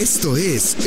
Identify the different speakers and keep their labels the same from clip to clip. Speaker 1: Esto es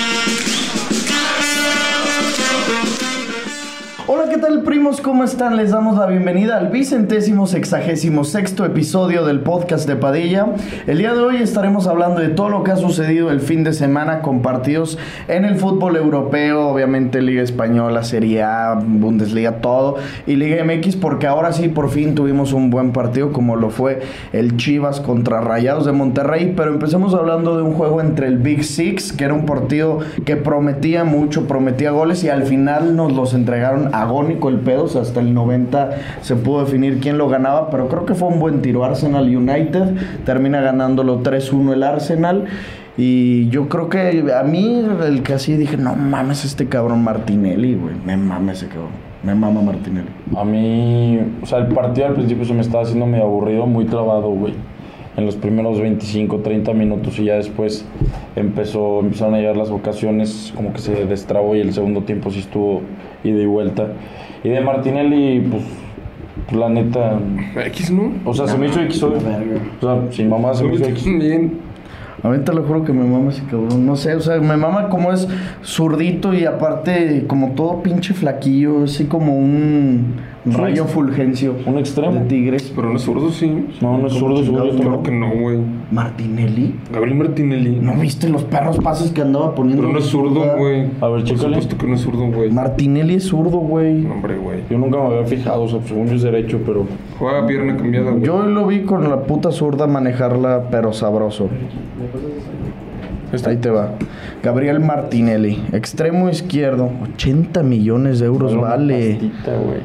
Speaker 2: Hola, ¿qué tal primos? ¿Cómo están? Les damos la bienvenida al vicentésimo sexagésimo sexto episodio del podcast de Padilla. El día de hoy estaremos hablando de todo lo que ha sucedido el fin de semana con partidos en el fútbol europeo, obviamente Liga Española, Serie A, Bundesliga, todo, y Liga MX, porque ahora sí, por fin tuvimos un buen partido como lo fue el Chivas contra Rayados de Monterrey, pero empecemos hablando de un juego entre el Big Six, que era un partido que prometía mucho, prometía goles y al final nos los entregaron a agónico el pedo, o sea, hasta el 90 se pudo definir quién lo ganaba, pero creo que fue un buen tiro. Arsenal United termina ganándolo 3-1 el Arsenal. Y yo creo que a mí el que así dije, no mames este cabrón Martinelli, güey, me mames ese cabrón, me mama Martinelli.
Speaker 3: A mí, o sea, el partido al principio se me estaba haciendo medio aburrido, muy trabado, güey. En los primeros 25, 30 minutos y ya después empezó, empezaron a llegar las ocasiones, como que se destrabó y el segundo tiempo sí estuvo ida y vuelta. Y de Martinelli, pues, pues, la neta,
Speaker 4: X, ¿no?
Speaker 3: o sea, se me hizo X hoy. O sea, sin mamá
Speaker 4: Ah, pues,
Speaker 3: se me hizo X.
Speaker 4: Bien.
Speaker 2: Ahorita lo juro que me mama ese cabrón. No sé, o sea, me mama como es zurdito y aparte como todo pinche flaquillo, así como un rayo fulgencio.
Speaker 3: Un extremo.
Speaker 2: De tigres.
Speaker 4: Pero no es zurdo, sí.
Speaker 3: No, no es zurdo, seguro yo
Speaker 4: Claro
Speaker 3: tampoco.
Speaker 4: que no, güey.
Speaker 2: Martinelli.
Speaker 4: Gabriel Martinelli.
Speaker 2: ¿No viste los perros pases que andaba poniendo? Ah,
Speaker 4: Pero no es zurdo, güey.
Speaker 3: A ver,
Speaker 4: Por
Speaker 3: chécale.
Speaker 4: supuesto que no es zurdo, güey.
Speaker 2: Martinelli es zurdo, güey.
Speaker 4: No, hombre, güey.
Speaker 3: Yo nunca me había fijado, o sea, pues, según yo es derecho, pero
Speaker 4: Juega pierna cambiada, güey.
Speaker 2: Yo lo vi con la puta zurda manejarla, pero sabroso. Pues Ahí te va. Gabriel Martinelli, extremo izquierdo, 80 millones de euros
Speaker 3: era una
Speaker 2: Pues vale.
Speaker 3: pastita, güey.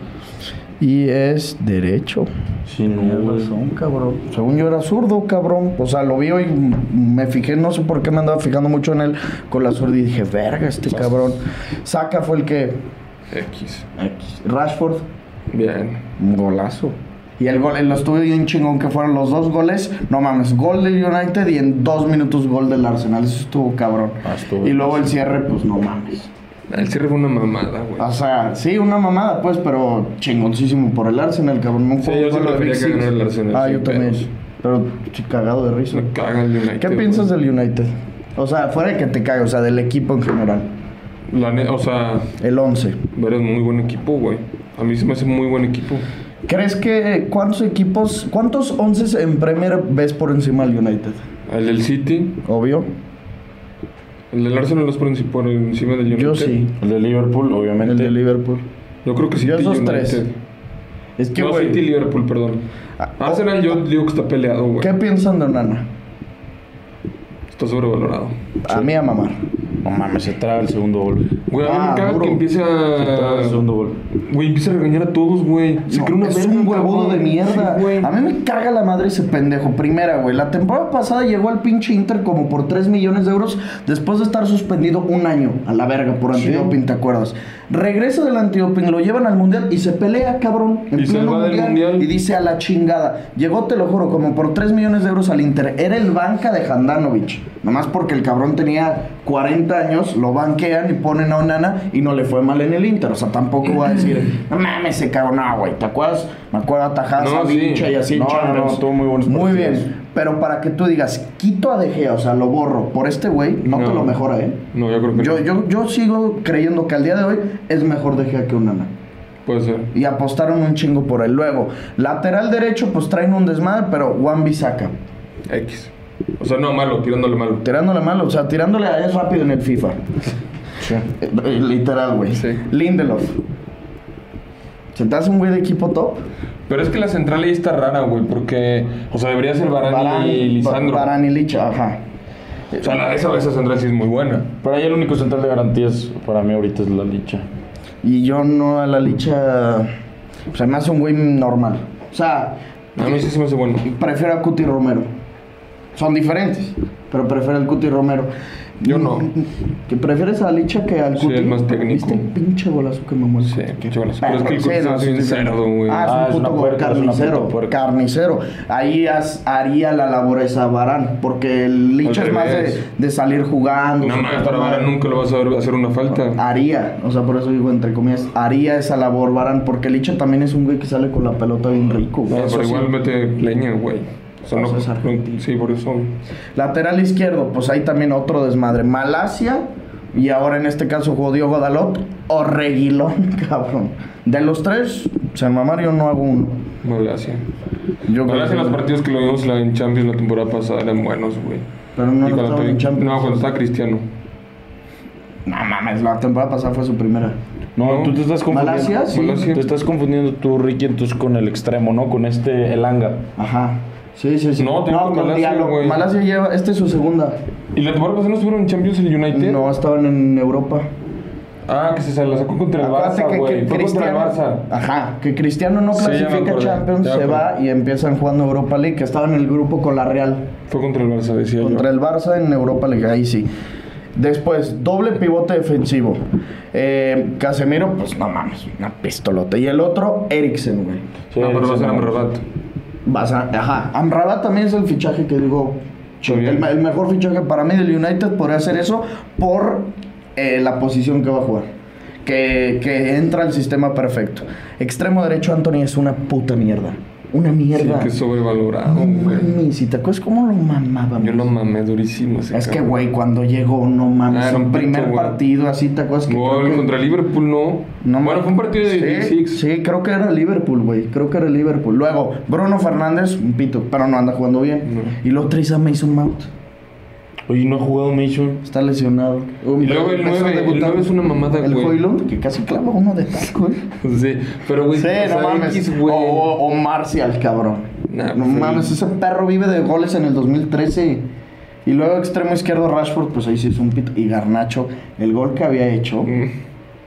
Speaker 2: Y es derecho.
Speaker 3: Sí, no,
Speaker 2: Tienes
Speaker 3: güey.
Speaker 2: razón, cabrón. Según yo era zurdo, cabrón. O sea, lo vi hoy, mm, me fijé, no sé por qué me andaba fijando mucho en él con la zurda y dije, verga, este cabrón. Saca fue el que.
Speaker 4: X.
Speaker 2: Rashford,
Speaker 4: Bien.
Speaker 2: un golazo. Y el gol, lo estuve bien chingón que fueron los dos goles. No mames, gol del United y en dos minutos gol del Arsenal. Eso estuvo cabrón.
Speaker 3: Ah, estuvo
Speaker 2: y luego el cierre, pues no mames.
Speaker 4: El cierre fue una mamada, güey.
Speaker 2: O sea, sí, una mamada, pues, pero chingoncísimo por el Arsenal, cabrón. No
Speaker 4: Sí,
Speaker 2: fue
Speaker 4: yo
Speaker 2: un
Speaker 4: sí
Speaker 2: gol de Big
Speaker 4: prefería que
Speaker 2: Six.
Speaker 4: ganara el Arsenal,
Speaker 2: Ah,
Speaker 4: sin
Speaker 2: yo también.
Speaker 4: pedos.
Speaker 2: Pero ch- cagado de risa.
Speaker 4: Me caga el United.
Speaker 2: ¿Qué
Speaker 4: güey.
Speaker 2: piensas del United? O sea, fuera de que te cague, o sea, del equipo en general.
Speaker 4: La neta, o sea,
Speaker 2: El 11.
Speaker 4: eres muy buen equipo, güey. A mí se me hace muy buen equipo.
Speaker 2: ¿Crees que cuántos equipos, cuántos 11 en Premier ves por encima del United?
Speaker 4: El del City,
Speaker 2: Obvio.
Speaker 4: el del Arsenal es por enci- por encima del United.
Speaker 2: Yo sí.
Speaker 3: El de Liverpool, obviamente.
Speaker 2: El de Liverpool.
Speaker 4: Yo creo que City
Speaker 2: Yo esos
Speaker 4: United.
Speaker 2: tres. Es que,
Speaker 4: no,
Speaker 2: güey.
Speaker 4: City y Liverpool, perdón.
Speaker 2: Ah, oh.
Speaker 4: Arsenal yo digo que está peleado, güey.
Speaker 2: ¿Qué piensan de Onana?
Speaker 4: Está sobrevalorado.
Speaker 2: A mí a mamar.
Speaker 3: No mames, se traga el segundo gol.
Speaker 4: Güey, a mí
Speaker 2: Ah,
Speaker 4: me caga
Speaker 2: duro.
Speaker 4: que empiece
Speaker 3: Se traga el
Speaker 4: a...
Speaker 3: segundo gol.
Speaker 4: Güey, empieza a regañar a todos, güey. Se
Speaker 2: No,
Speaker 4: cree una
Speaker 2: es
Speaker 4: verga,
Speaker 2: un huevudo de
Speaker 4: cabrón.
Speaker 2: mierda.
Speaker 4: Sí, güey.
Speaker 2: a mí me caga la madre ese pendejo. Primera, güey. La temporada pasada llegó al pinche Inter como por 3 millones de euros después de estar suspendido un año a la verga por antidoping, ¿te acuerdas? Regresa del antidoping, lo llevan al mundial y se pelea, cabrón. En
Speaker 4: Y se
Speaker 2: pleno
Speaker 4: va del Mundial.
Speaker 2: Y dice a la chingada. Llegó, te lo juro, como por 3 millones de euros al Inter. Era el banca de Handanovic. Nomás porque el cabrón tenía 40 años, lo banquean y ponen a Onana y no le fue mal en el Inter. O sea, tampoco va a decir, no mames, se cagó. No, güey, ¿te acuerdas? Me acuerdo atajadas
Speaker 4: No,
Speaker 2: a
Speaker 4: sí.
Speaker 2: Vincha y así en
Speaker 3: No, no,
Speaker 2: Champions.
Speaker 3: no, tuvo muy buenos
Speaker 2: Muy
Speaker 3: partidos.
Speaker 2: bien. Pero para que tú digas, quito a De Gea, o sea, lo borro por este güey, no, te
Speaker 4: No.
Speaker 2: lo mejora, ¿eh?
Speaker 4: No, yo creo que
Speaker 2: Yo,
Speaker 4: no.
Speaker 2: yo, yo sigo creyendo que al día de hoy es mejor De Gea que Onana
Speaker 4: Puede ser.
Speaker 2: y apostaron un chingo por él. Luego, lateral derecho, pues traen un desmadre, pero Juan Bisaca.
Speaker 4: X. O sea, no, malo, tirándole malo.
Speaker 2: Tirándole mal, o sea, tirándole a es rápido en el FIFA. Eh, eh, Literal, güey.
Speaker 4: Sí.
Speaker 2: Lindelof. ¿Se te hace un güey de equipo top?
Speaker 4: Pero es que la central ahí está rara, güey, porque... O sea, debería ser Varane y Lisandro.
Speaker 2: Barán y Licha, ajá.
Speaker 4: O sea, la- esa, esa central sí es muy buena.
Speaker 3: Para allá el único central de garantías para mí ahorita es la licha.
Speaker 2: Y yo no a la Licha. O sea, me hace un güey normal. O sea,
Speaker 4: A mí sí se me hace bueno.
Speaker 2: prefiero a Cuti Romero. Son diferentes, pero prefiero al Cuti Romero.
Speaker 4: Yo no.
Speaker 2: ¿Que prefieres a Licha que al
Speaker 4: Sí,
Speaker 2: Cuti?
Speaker 4: es más técnico.
Speaker 2: ¿Viste el pinche golazo que mamó el
Speaker 4: Sí,
Speaker 2: Cuti?
Speaker 4: pinche golazo. Pero es que el
Speaker 2: Ah, Sí,
Speaker 4: Cuti
Speaker 2: no,
Speaker 4: es
Speaker 2: sí,
Speaker 4: bien
Speaker 2: sí, sí.
Speaker 4: cerdo, güey.
Speaker 2: Ah,
Speaker 3: Ah,
Speaker 2: es
Speaker 3: es
Speaker 2: un
Speaker 3: una
Speaker 2: puto
Speaker 3: puerca, es una
Speaker 2: carnicero.
Speaker 3: puta puerca.
Speaker 2: Carnicero. Ahí haz- haría la labor esa Barán. Porque el Licha
Speaker 4: Al
Speaker 2: es más de,
Speaker 4: revés.
Speaker 2: de salir jugando.
Speaker 4: No
Speaker 2: su
Speaker 4: mames,
Speaker 2: puta
Speaker 4: para
Speaker 2: madre.
Speaker 4: Varane nunca lo vas a ver hacer una
Speaker 2: Ah,
Speaker 4: falta.
Speaker 2: Haría, o sea, por eso digo entre comillas, haría esa labor Barán, porque Licha también es un güey que sale con la pelota bien rico. güey.
Speaker 4: Pero igual mete leña, güey. O sea,
Speaker 2: Eso
Speaker 4: no-
Speaker 2: es argentino.
Speaker 4: sí, por eso.
Speaker 2: Lateral izquierdo, pues ahí también otro desmadre. Malasia, y ahora en este caso jugó Diogo Dalot o Reguilón, cabrón. De los tres, San Mamario no hago uno.
Speaker 4: Malasia.
Speaker 2: Yo creo
Speaker 4: Malasia,
Speaker 2: que-
Speaker 4: los partidos que lo vimos la- en Champions la temporada pasada eran buenos, güey.
Speaker 2: Pero no
Speaker 4: Y
Speaker 2: lo
Speaker 4: cuando
Speaker 2: estaban
Speaker 4: te-
Speaker 2: en Champions.
Speaker 4: No, cuando estaba Cristiano.
Speaker 2: No mames, la temporada pasada fue su primera.
Speaker 3: No,
Speaker 4: No.
Speaker 3: tú te estás confundiendo.
Speaker 2: Malasia, sí.
Speaker 4: Malasia.
Speaker 3: Te estás confundiendo tú, Ricky, entonces con el extremo, ¿no? Con este, el Anga.
Speaker 2: Ajá. Sí, sí, sí.
Speaker 4: No, te digo
Speaker 2: con
Speaker 4: Malasia,
Speaker 2: Diallo.
Speaker 4: güey.
Speaker 2: Malasia lleva, esta es su segunda.
Speaker 4: ¿Y la temporada pasada no estuvieron en Champions el United?
Speaker 2: No, estaban en Europa.
Speaker 4: Ah, que se sa- la sacó contra el
Speaker 2: Acuérdate
Speaker 4: Barça, güey. Fue contra el Barça.
Speaker 2: Ajá, que Cristiano no
Speaker 4: Sí, ya me
Speaker 2: clasifica a
Speaker 4: acordé,
Speaker 2: Champions,
Speaker 4: ya me
Speaker 2: se va y empiezan jugando Europa League, que estaba en el grupo con la Real,
Speaker 4: Fue contra el Barça, decía
Speaker 2: contra
Speaker 4: yo.
Speaker 2: el Barça en Europa League, ahí sí. Después, doble pivote defensivo. Eh, Casemiro, pues no mames, una pistolota. Y el otro, Eriksen, güey.
Speaker 3: Sí,
Speaker 4: no, pero
Speaker 3: sí,
Speaker 4: va a ser
Speaker 3: no.
Speaker 4: Amrabat.
Speaker 2: Vas a- ajá. Amrabat también es el fichaje que digo.
Speaker 4: Muy bien.
Speaker 2: El, el mejor fichaje para mí del United podría ser eso por eh, la posición que va a jugar. Que, que entra al sistema perfecto. Extremo derecho, Anthony es una puta mierda. Una
Speaker 4: Sí,
Speaker 2: mierda.
Speaker 4: que sobrevalorado,
Speaker 2: No
Speaker 4: güey.
Speaker 2: mames, ¿y te acuerdas cómo lo mamaba?
Speaker 4: Yo lo mamé durísimo. ese
Speaker 2: Es que,
Speaker 4: cabrón.
Speaker 2: güey, cuando llegó, no mames,
Speaker 4: Ah, era
Speaker 2: un
Speaker 4: un
Speaker 2: primer
Speaker 4: puto, güey.
Speaker 2: partido así, ¿te acuerdas? Que creo
Speaker 4: Gol
Speaker 2: que-
Speaker 4: contra Liverpool, no.
Speaker 2: no
Speaker 4: bueno,
Speaker 2: me-
Speaker 4: fue un partido de
Speaker 2: sí,
Speaker 4: 16.
Speaker 2: Sí, creo que era Liverpool, güey. Creo que era Liverpool. Luego, Bruno Fernández, un pito, pero no anda jugando bien.
Speaker 4: No.
Speaker 2: Y luego traes a Mason Mount.
Speaker 3: Oye, no ha jugado Mason.
Speaker 2: Está lesionado.
Speaker 4: Y luego el
Speaker 2: Empezó
Speaker 4: 9, el
Speaker 2: debutando.
Speaker 4: 9 es una mamada,
Speaker 2: El
Speaker 4: güey.
Speaker 2: Hoylund, que casi clava uno de taco, güey.
Speaker 4: Sí, pero güey,
Speaker 2: Sí,
Speaker 4: o sea,
Speaker 2: no mames.
Speaker 4: X,
Speaker 2: O,
Speaker 4: güey.
Speaker 2: o- o Marcial, cabrón.
Speaker 4: Nah,
Speaker 2: no
Speaker 4: pues,
Speaker 2: mames,
Speaker 4: sí.
Speaker 2: ese perro vive de goles en el 2013. Y luego extremo izquierdo Rashford, pues ahí sí es un pito. Y Garnacho, el gol que había hecho,
Speaker 4: Mm.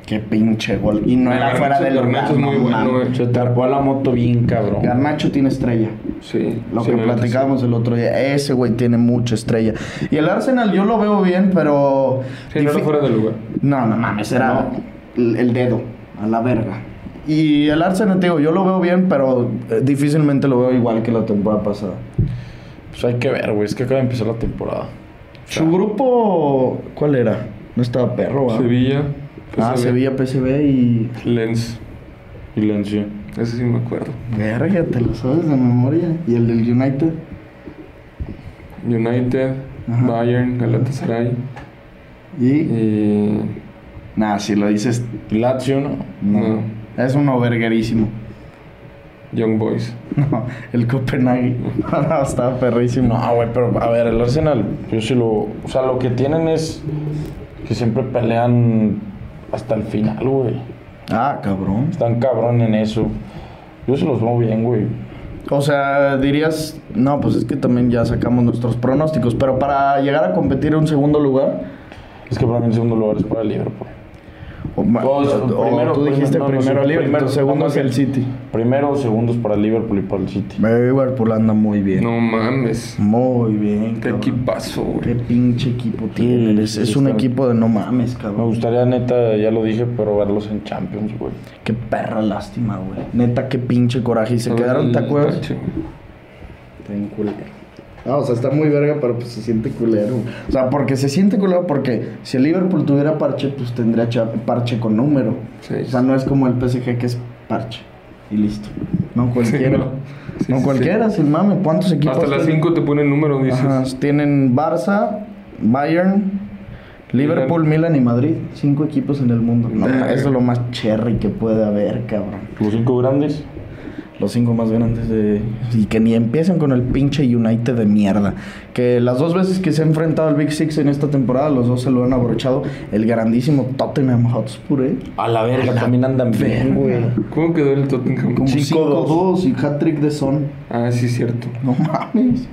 Speaker 2: qué pinche gol. Y no
Speaker 4: No,
Speaker 2: era
Speaker 4: Garnacho-
Speaker 2: fuera del lugar.
Speaker 4: Garnacho es muy
Speaker 2: no
Speaker 4: bueno,
Speaker 2: mames.
Speaker 4: güey.
Speaker 3: Se tarpó a la moto bien, cabrón.
Speaker 2: Garnacho tiene estrella.
Speaker 4: Sí.
Speaker 2: Lo que
Speaker 4: sí, la neta,
Speaker 2: platicábamos el otro día. Ese güey tiene mucha estrella. Y el Arsenal yo lo veo bien, pero.
Speaker 4: Sí, Sí, no
Speaker 2: difi-
Speaker 4: era fuera del lugar.
Speaker 2: No, no mames, era el, el dedo. A la verga. Y el Arsenal, te digo, yo lo veo bien, pero eh, difícilmente lo veo igual que la temporada pasada.
Speaker 3: Pues hay que ver, güey. Es que acaba de empezar la temporada.
Speaker 2: ¿Su grupo cuál era? No estaba perro, ¿verdad?
Speaker 4: Sevilla.
Speaker 2: Ah,
Speaker 4: PSV,
Speaker 2: Sevilla, PSV y.
Speaker 4: Lens.
Speaker 3: Y Lencio.
Speaker 4: Ese sí me acuerdo.
Speaker 2: Verga, te lo sabes de memoria. ¿Y el del United?
Speaker 4: United,
Speaker 2: Ajá.
Speaker 4: Bayern, Galatasaray.
Speaker 2: Y.
Speaker 4: Y.
Speaker 2: Nah, si lo dices.
Speaker 3: Y Lazio, ¿no?
Speaker 2: No.
Speaker 4: No.
Speaker 2: Es uno verguerísimo.
Speaker 4: Young Boys.
Speaker 2: No, el Copenhague. No, estaba perrísimo.
Speaker 3: No, güey, pero a ver, el Arsenal, yo sí lo. O sea, lo que tienen es que siempre pelean hasta el final, güey.
Speaker 2: Ah, cabrón.
Speaker 3: Están cabrón en eso. Yo se los veo bien, güey.
Speaker 2: O sea, dirías, no, pues es que también ya sacamos nuestros pronósticos, pero para llegar a competir en un segundo lugar,
Speaker 3: Es que para mí en segundo lugar es para el Liverpool.
Speaker 2: o, ma-
Speaker 3: O sea,
Speaker 2: o
Speaker 3: primero-
Speaker 2: tú
Speaker 3: primero-
Speaker 2: dijiste
Speaker 3: no, no,
Speaker 2: primero, pues,
Speaker 3: sí,
Speaker 2: Liverpool,
Speaker 3: primero-
Speaker 2: segundo es el City.
Speaker 3: Primero, segundos para el Liverpool y para el City.
Speaker 2: Liverpool anda muy bien.
Speaker 4: No mames.
Speaker 2: Muy bien,
Speaker 4: Qué
Speaker 2: cabrón.
Speaker 4: equipazo,
Speaker 2: Qué
Speaker 4: güey.
Speaker 2: pinche equipo tiene. Es, es un
Speaker 3: está-
Speaker 2: equipo de no mames,
Speaker 3: Me
Speaker 2: cabrón.
Speaker 3: gustaría, neta, ya lo dije, pero verlos en Champions, güey.
Speaker 2: Qué perra lástima, güey. Neta, qué pinche coraje. Y se
Speaker 4: A ver,
Speaker 2: quedaron,
Speaker 4: el
Speaker 2: ¿te acuerdas?
Speaker 4: tache, güey.
Speaker 2: Está bien culero. Ah, o sea, está muy verga, pero pues se siente culero. O sea, porque se siente culero porque si el Liverpool tuviera parche, pues tendría cha- parche con número.
Speaker 4: Sí.
Speaker 2: O sea, no es como el PSG que es parche y listo. No cualquiera.
Speaker 4: no.
Speaker 2: no
Speaker 4: Sí, sí, sí.
Speaker 2: cualquiera, sin mame. ¿Cuántos equipos?
Speaker 4: Hasta las
Speaker 2: tienen?
Speaker 4: 5 te ponen número, dices.
Speaker 2: Ajá, tienen Barça, Bayern, Liverpool, Milan y Madrid. Cinco equipos en el mundo. No,
Speaker 4: Verga.
Speaker 2: eso es lo más cherry que puede haber, cabrón.
Speaker 3: Los cinco grandes.
Speaker 2: Los cinco más grandes de... Y que ni empiecen con el pinche United de mierda. Que las dos veces que se ha enfrentado al Big Six en esta temporada, los dos se lo han abrochado. El grandísimo Tottenham Hotspur, ¿eh?
Speaker 3: A la verga, también andan bien, güey.
Speaker 4: ¿Cómo quedó el Tottenham?
Speaker 2: Como 5-2 y hat-trick de Son.
Speaker 4: Ah, sí, cierto.
Speaker 2: No mames.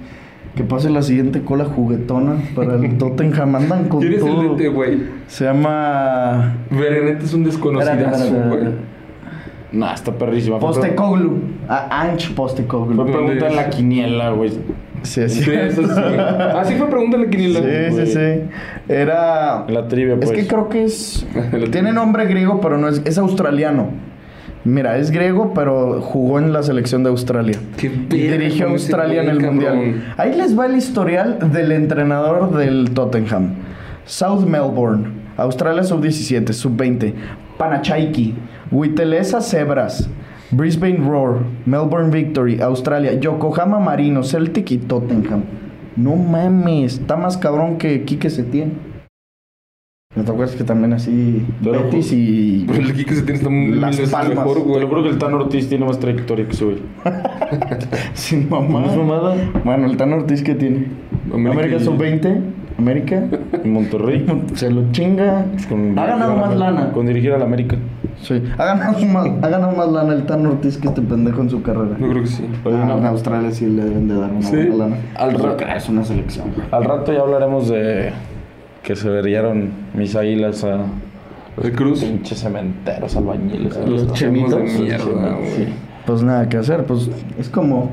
Speaker 2: Que pase la siguiente cola juguetona para el Tottenham. Andan con
Speaker 4: ¿Quién es el
Speaker 2: todo.
Speaker 4: DT, güey?
Speaker 2: Se llama...
Speaker 4: Berenete es
Speaker 2: Espérate,
Speaker 4: un desconocidazo,
Speaker 2: espérate,
Speaker 4: güey.
Speaker 2: espérate.
Speaker 3: Nah, está perrísima.
Speaker 2: Pues
Speaker 3: Fue pre-
Speaker 2: Postecoglu. A Anch Postecoglu.
Speaker 3: Fue pregunta en la quiniela, güey.
Speaker 2: Sí, es
Speaker 4: Sí,
Speaker 2: cierto.
Speaker 4: eso sí. Así fue pregunta la quiniela.
Speaker 2: Sí, sí,
Speaker 3: güey.
Speaker 2: sí. Era.
Speaker 3: En la trivia,
Speaker 2: Es
Speaker 3: pues.
Speaker 2: que creo que es. Tiene nombre griego, pero no es. Es australiano. Mira, es griego, pero jugó en la selección de Australia.
Speaker 4: Qué
Speaker 2: Y
Speaker 4: verga
Speaker 2: dirigió a
Speaker 4: con ese
Speaker 2: Australia en
Speaker 4: güey,
Speaker 2: el
Speaker 4: cabrón.
Speaker 2: Mundial. Ahí les va el historial del entrenador del Tottenham. South Melbourne, Australia sub-17, sub-20, Panachaiki, Witelesa Zebras, Brisbane Roar, Melbourne Victory, Australia, Yokohama Marino, Celtic y Tottenham. No mames, está más cabrón que Quique Setién. ¿No te acuerdas que también así
Speaker 3: Pero-
Speaker 2: Betis y...
Speaker 4: Pero Pues el Kike se tiene está muy
Speaker 2: Las
Speaker 4: mil veces
Speaker 2: Palmas.
Speaker 4: mejor,
Speaker 3: Te
Speaker 4: güey.
Speaker 3: lo juro que el Tan Ortiz tiene más trayectoria que ese güey.
Speaker 2: Sin mamá.
Speaker 3: ¿No es mamada?
Speaker 2: Bueno, el Tan Ortiz que tiene.
Speaker 4: América
Speaker 2: América,
Speaker 4: y-
Speaker 2: sub-20. América.
Speaker 3: En Monterrey.
Speaker 2: Se lo chinga.
Speaker 3: Con-
Speaker 2: ha ganado más lana.
Speaker 3: Con dirigir al América.
Speaker 2: Sí. Ha ganado más, ha ganado más lana el Tan Ortiz que este pendejo en su carrera.
Speaker 4: Yo creo que sí.
Speaker 3: Oye,
Speaker 2: Ah,
Speaker 3: no.
Speaker 2: en Australia sí le deben de dar una
Speaker 4: Sí.
Speaker 2: buena lana.
Speaker 3: Al
Speaker 2: Pero
Speaker 3: rato.
Speaker 2: que es una selección. güey.
Speaker 3: Al rato ya hablaremos de que se verían mis águilas a
Speaker 4: El Cruz.
Speaker 3: pinches cementeros, albañiles.
Speaker 4: Los chemos de
Speaker 3: Los
Speaker 4: mierda,
Speaker 3: chemos,
Speaker 4: güey.
Speaker 3: sí.
Speaker 2: Pues nada que hacer, pues es como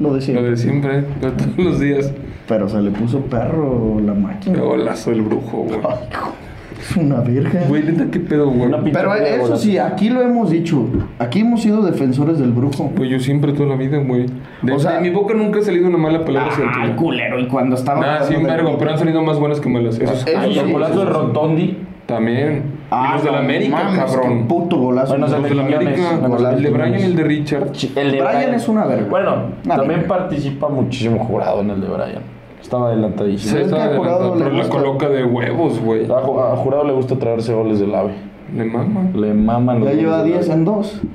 Speaker 2: lo de
Speaker 4: Lo
Speaker 2: siempre.
Speaker 4: de siempre, de todos los días.
Speaker 2: Pero se le puso perro la máquina.
Speaker 4: Qué golazo el brujo, güey.
Speaker 2: Ay, hijo, Es una virgen.
Speaker 4: Güey, neta, qué pedo, güey.
Speaker 3: Una pi-
Speaker 2: Pero eso sí, aquí lo hemos dicho. Aquí hemos sido defensores del brujo.
Speaker 4: Güey, yo siempre toda la vida, güey. De,
Speaker 2: O sea-
Speaker 4: de mi boca nunca ha salido una mala palabra hacia el
Speaker 2: Ay,
Speaker 4: tuyo.
Speaker 2: Ah, culero, y cuando Ah, estaba.
Speaker 4: Nah, Ah, sí, un vergo, pero han salido más buenas que malas. Eso es ah,
Speaker 2: Eso
Speaker 3: El
Speaker 2: sí.
Speaker 3: chocolate de Rotondi.
Speaker 4: También. y los de la
Speaker 2: Ah, no
Speaker 4: América,
Speaker 2: mames, qué
Speaker 4: cabrón.
Speaker 2: Puto golazo.
Speaker 3: Bueno,
Speaker 4: Los de la
Speaker 3: Selecciones,
Speaker 4: América,
Speaker 2: golazo.
Speaker 4: el de Brian y el de Richard.
Speaker 3: El de
Speaker 2: Brian es una verga.
Speaker 3: Bueno,
Speaker 2: Una
Speaker 3: también
Speaker 2: verga.
Speaker 3: participa muchísimo jurado en el de Brian. Estaba adelantadísimo.
Speaker 4: Sí,
Speaker 2: es que
Speaker 4: está
Speaker 2: al jurado
Speaker 4: adelantado,
Speaker 2: le
Speaker 4: pero la
Speaker 2: gusta-
Speaker 4: coloca de huevos, güey.
Speaker 3: A, Ju- a jurado le gusta traerse goles del AVE.
Speaker 4: Le mama.
Speaker 3: Le maman los
Speaker 2: Ya lleva
Speaker 3: goles del
Speaker 2: 10 en 2.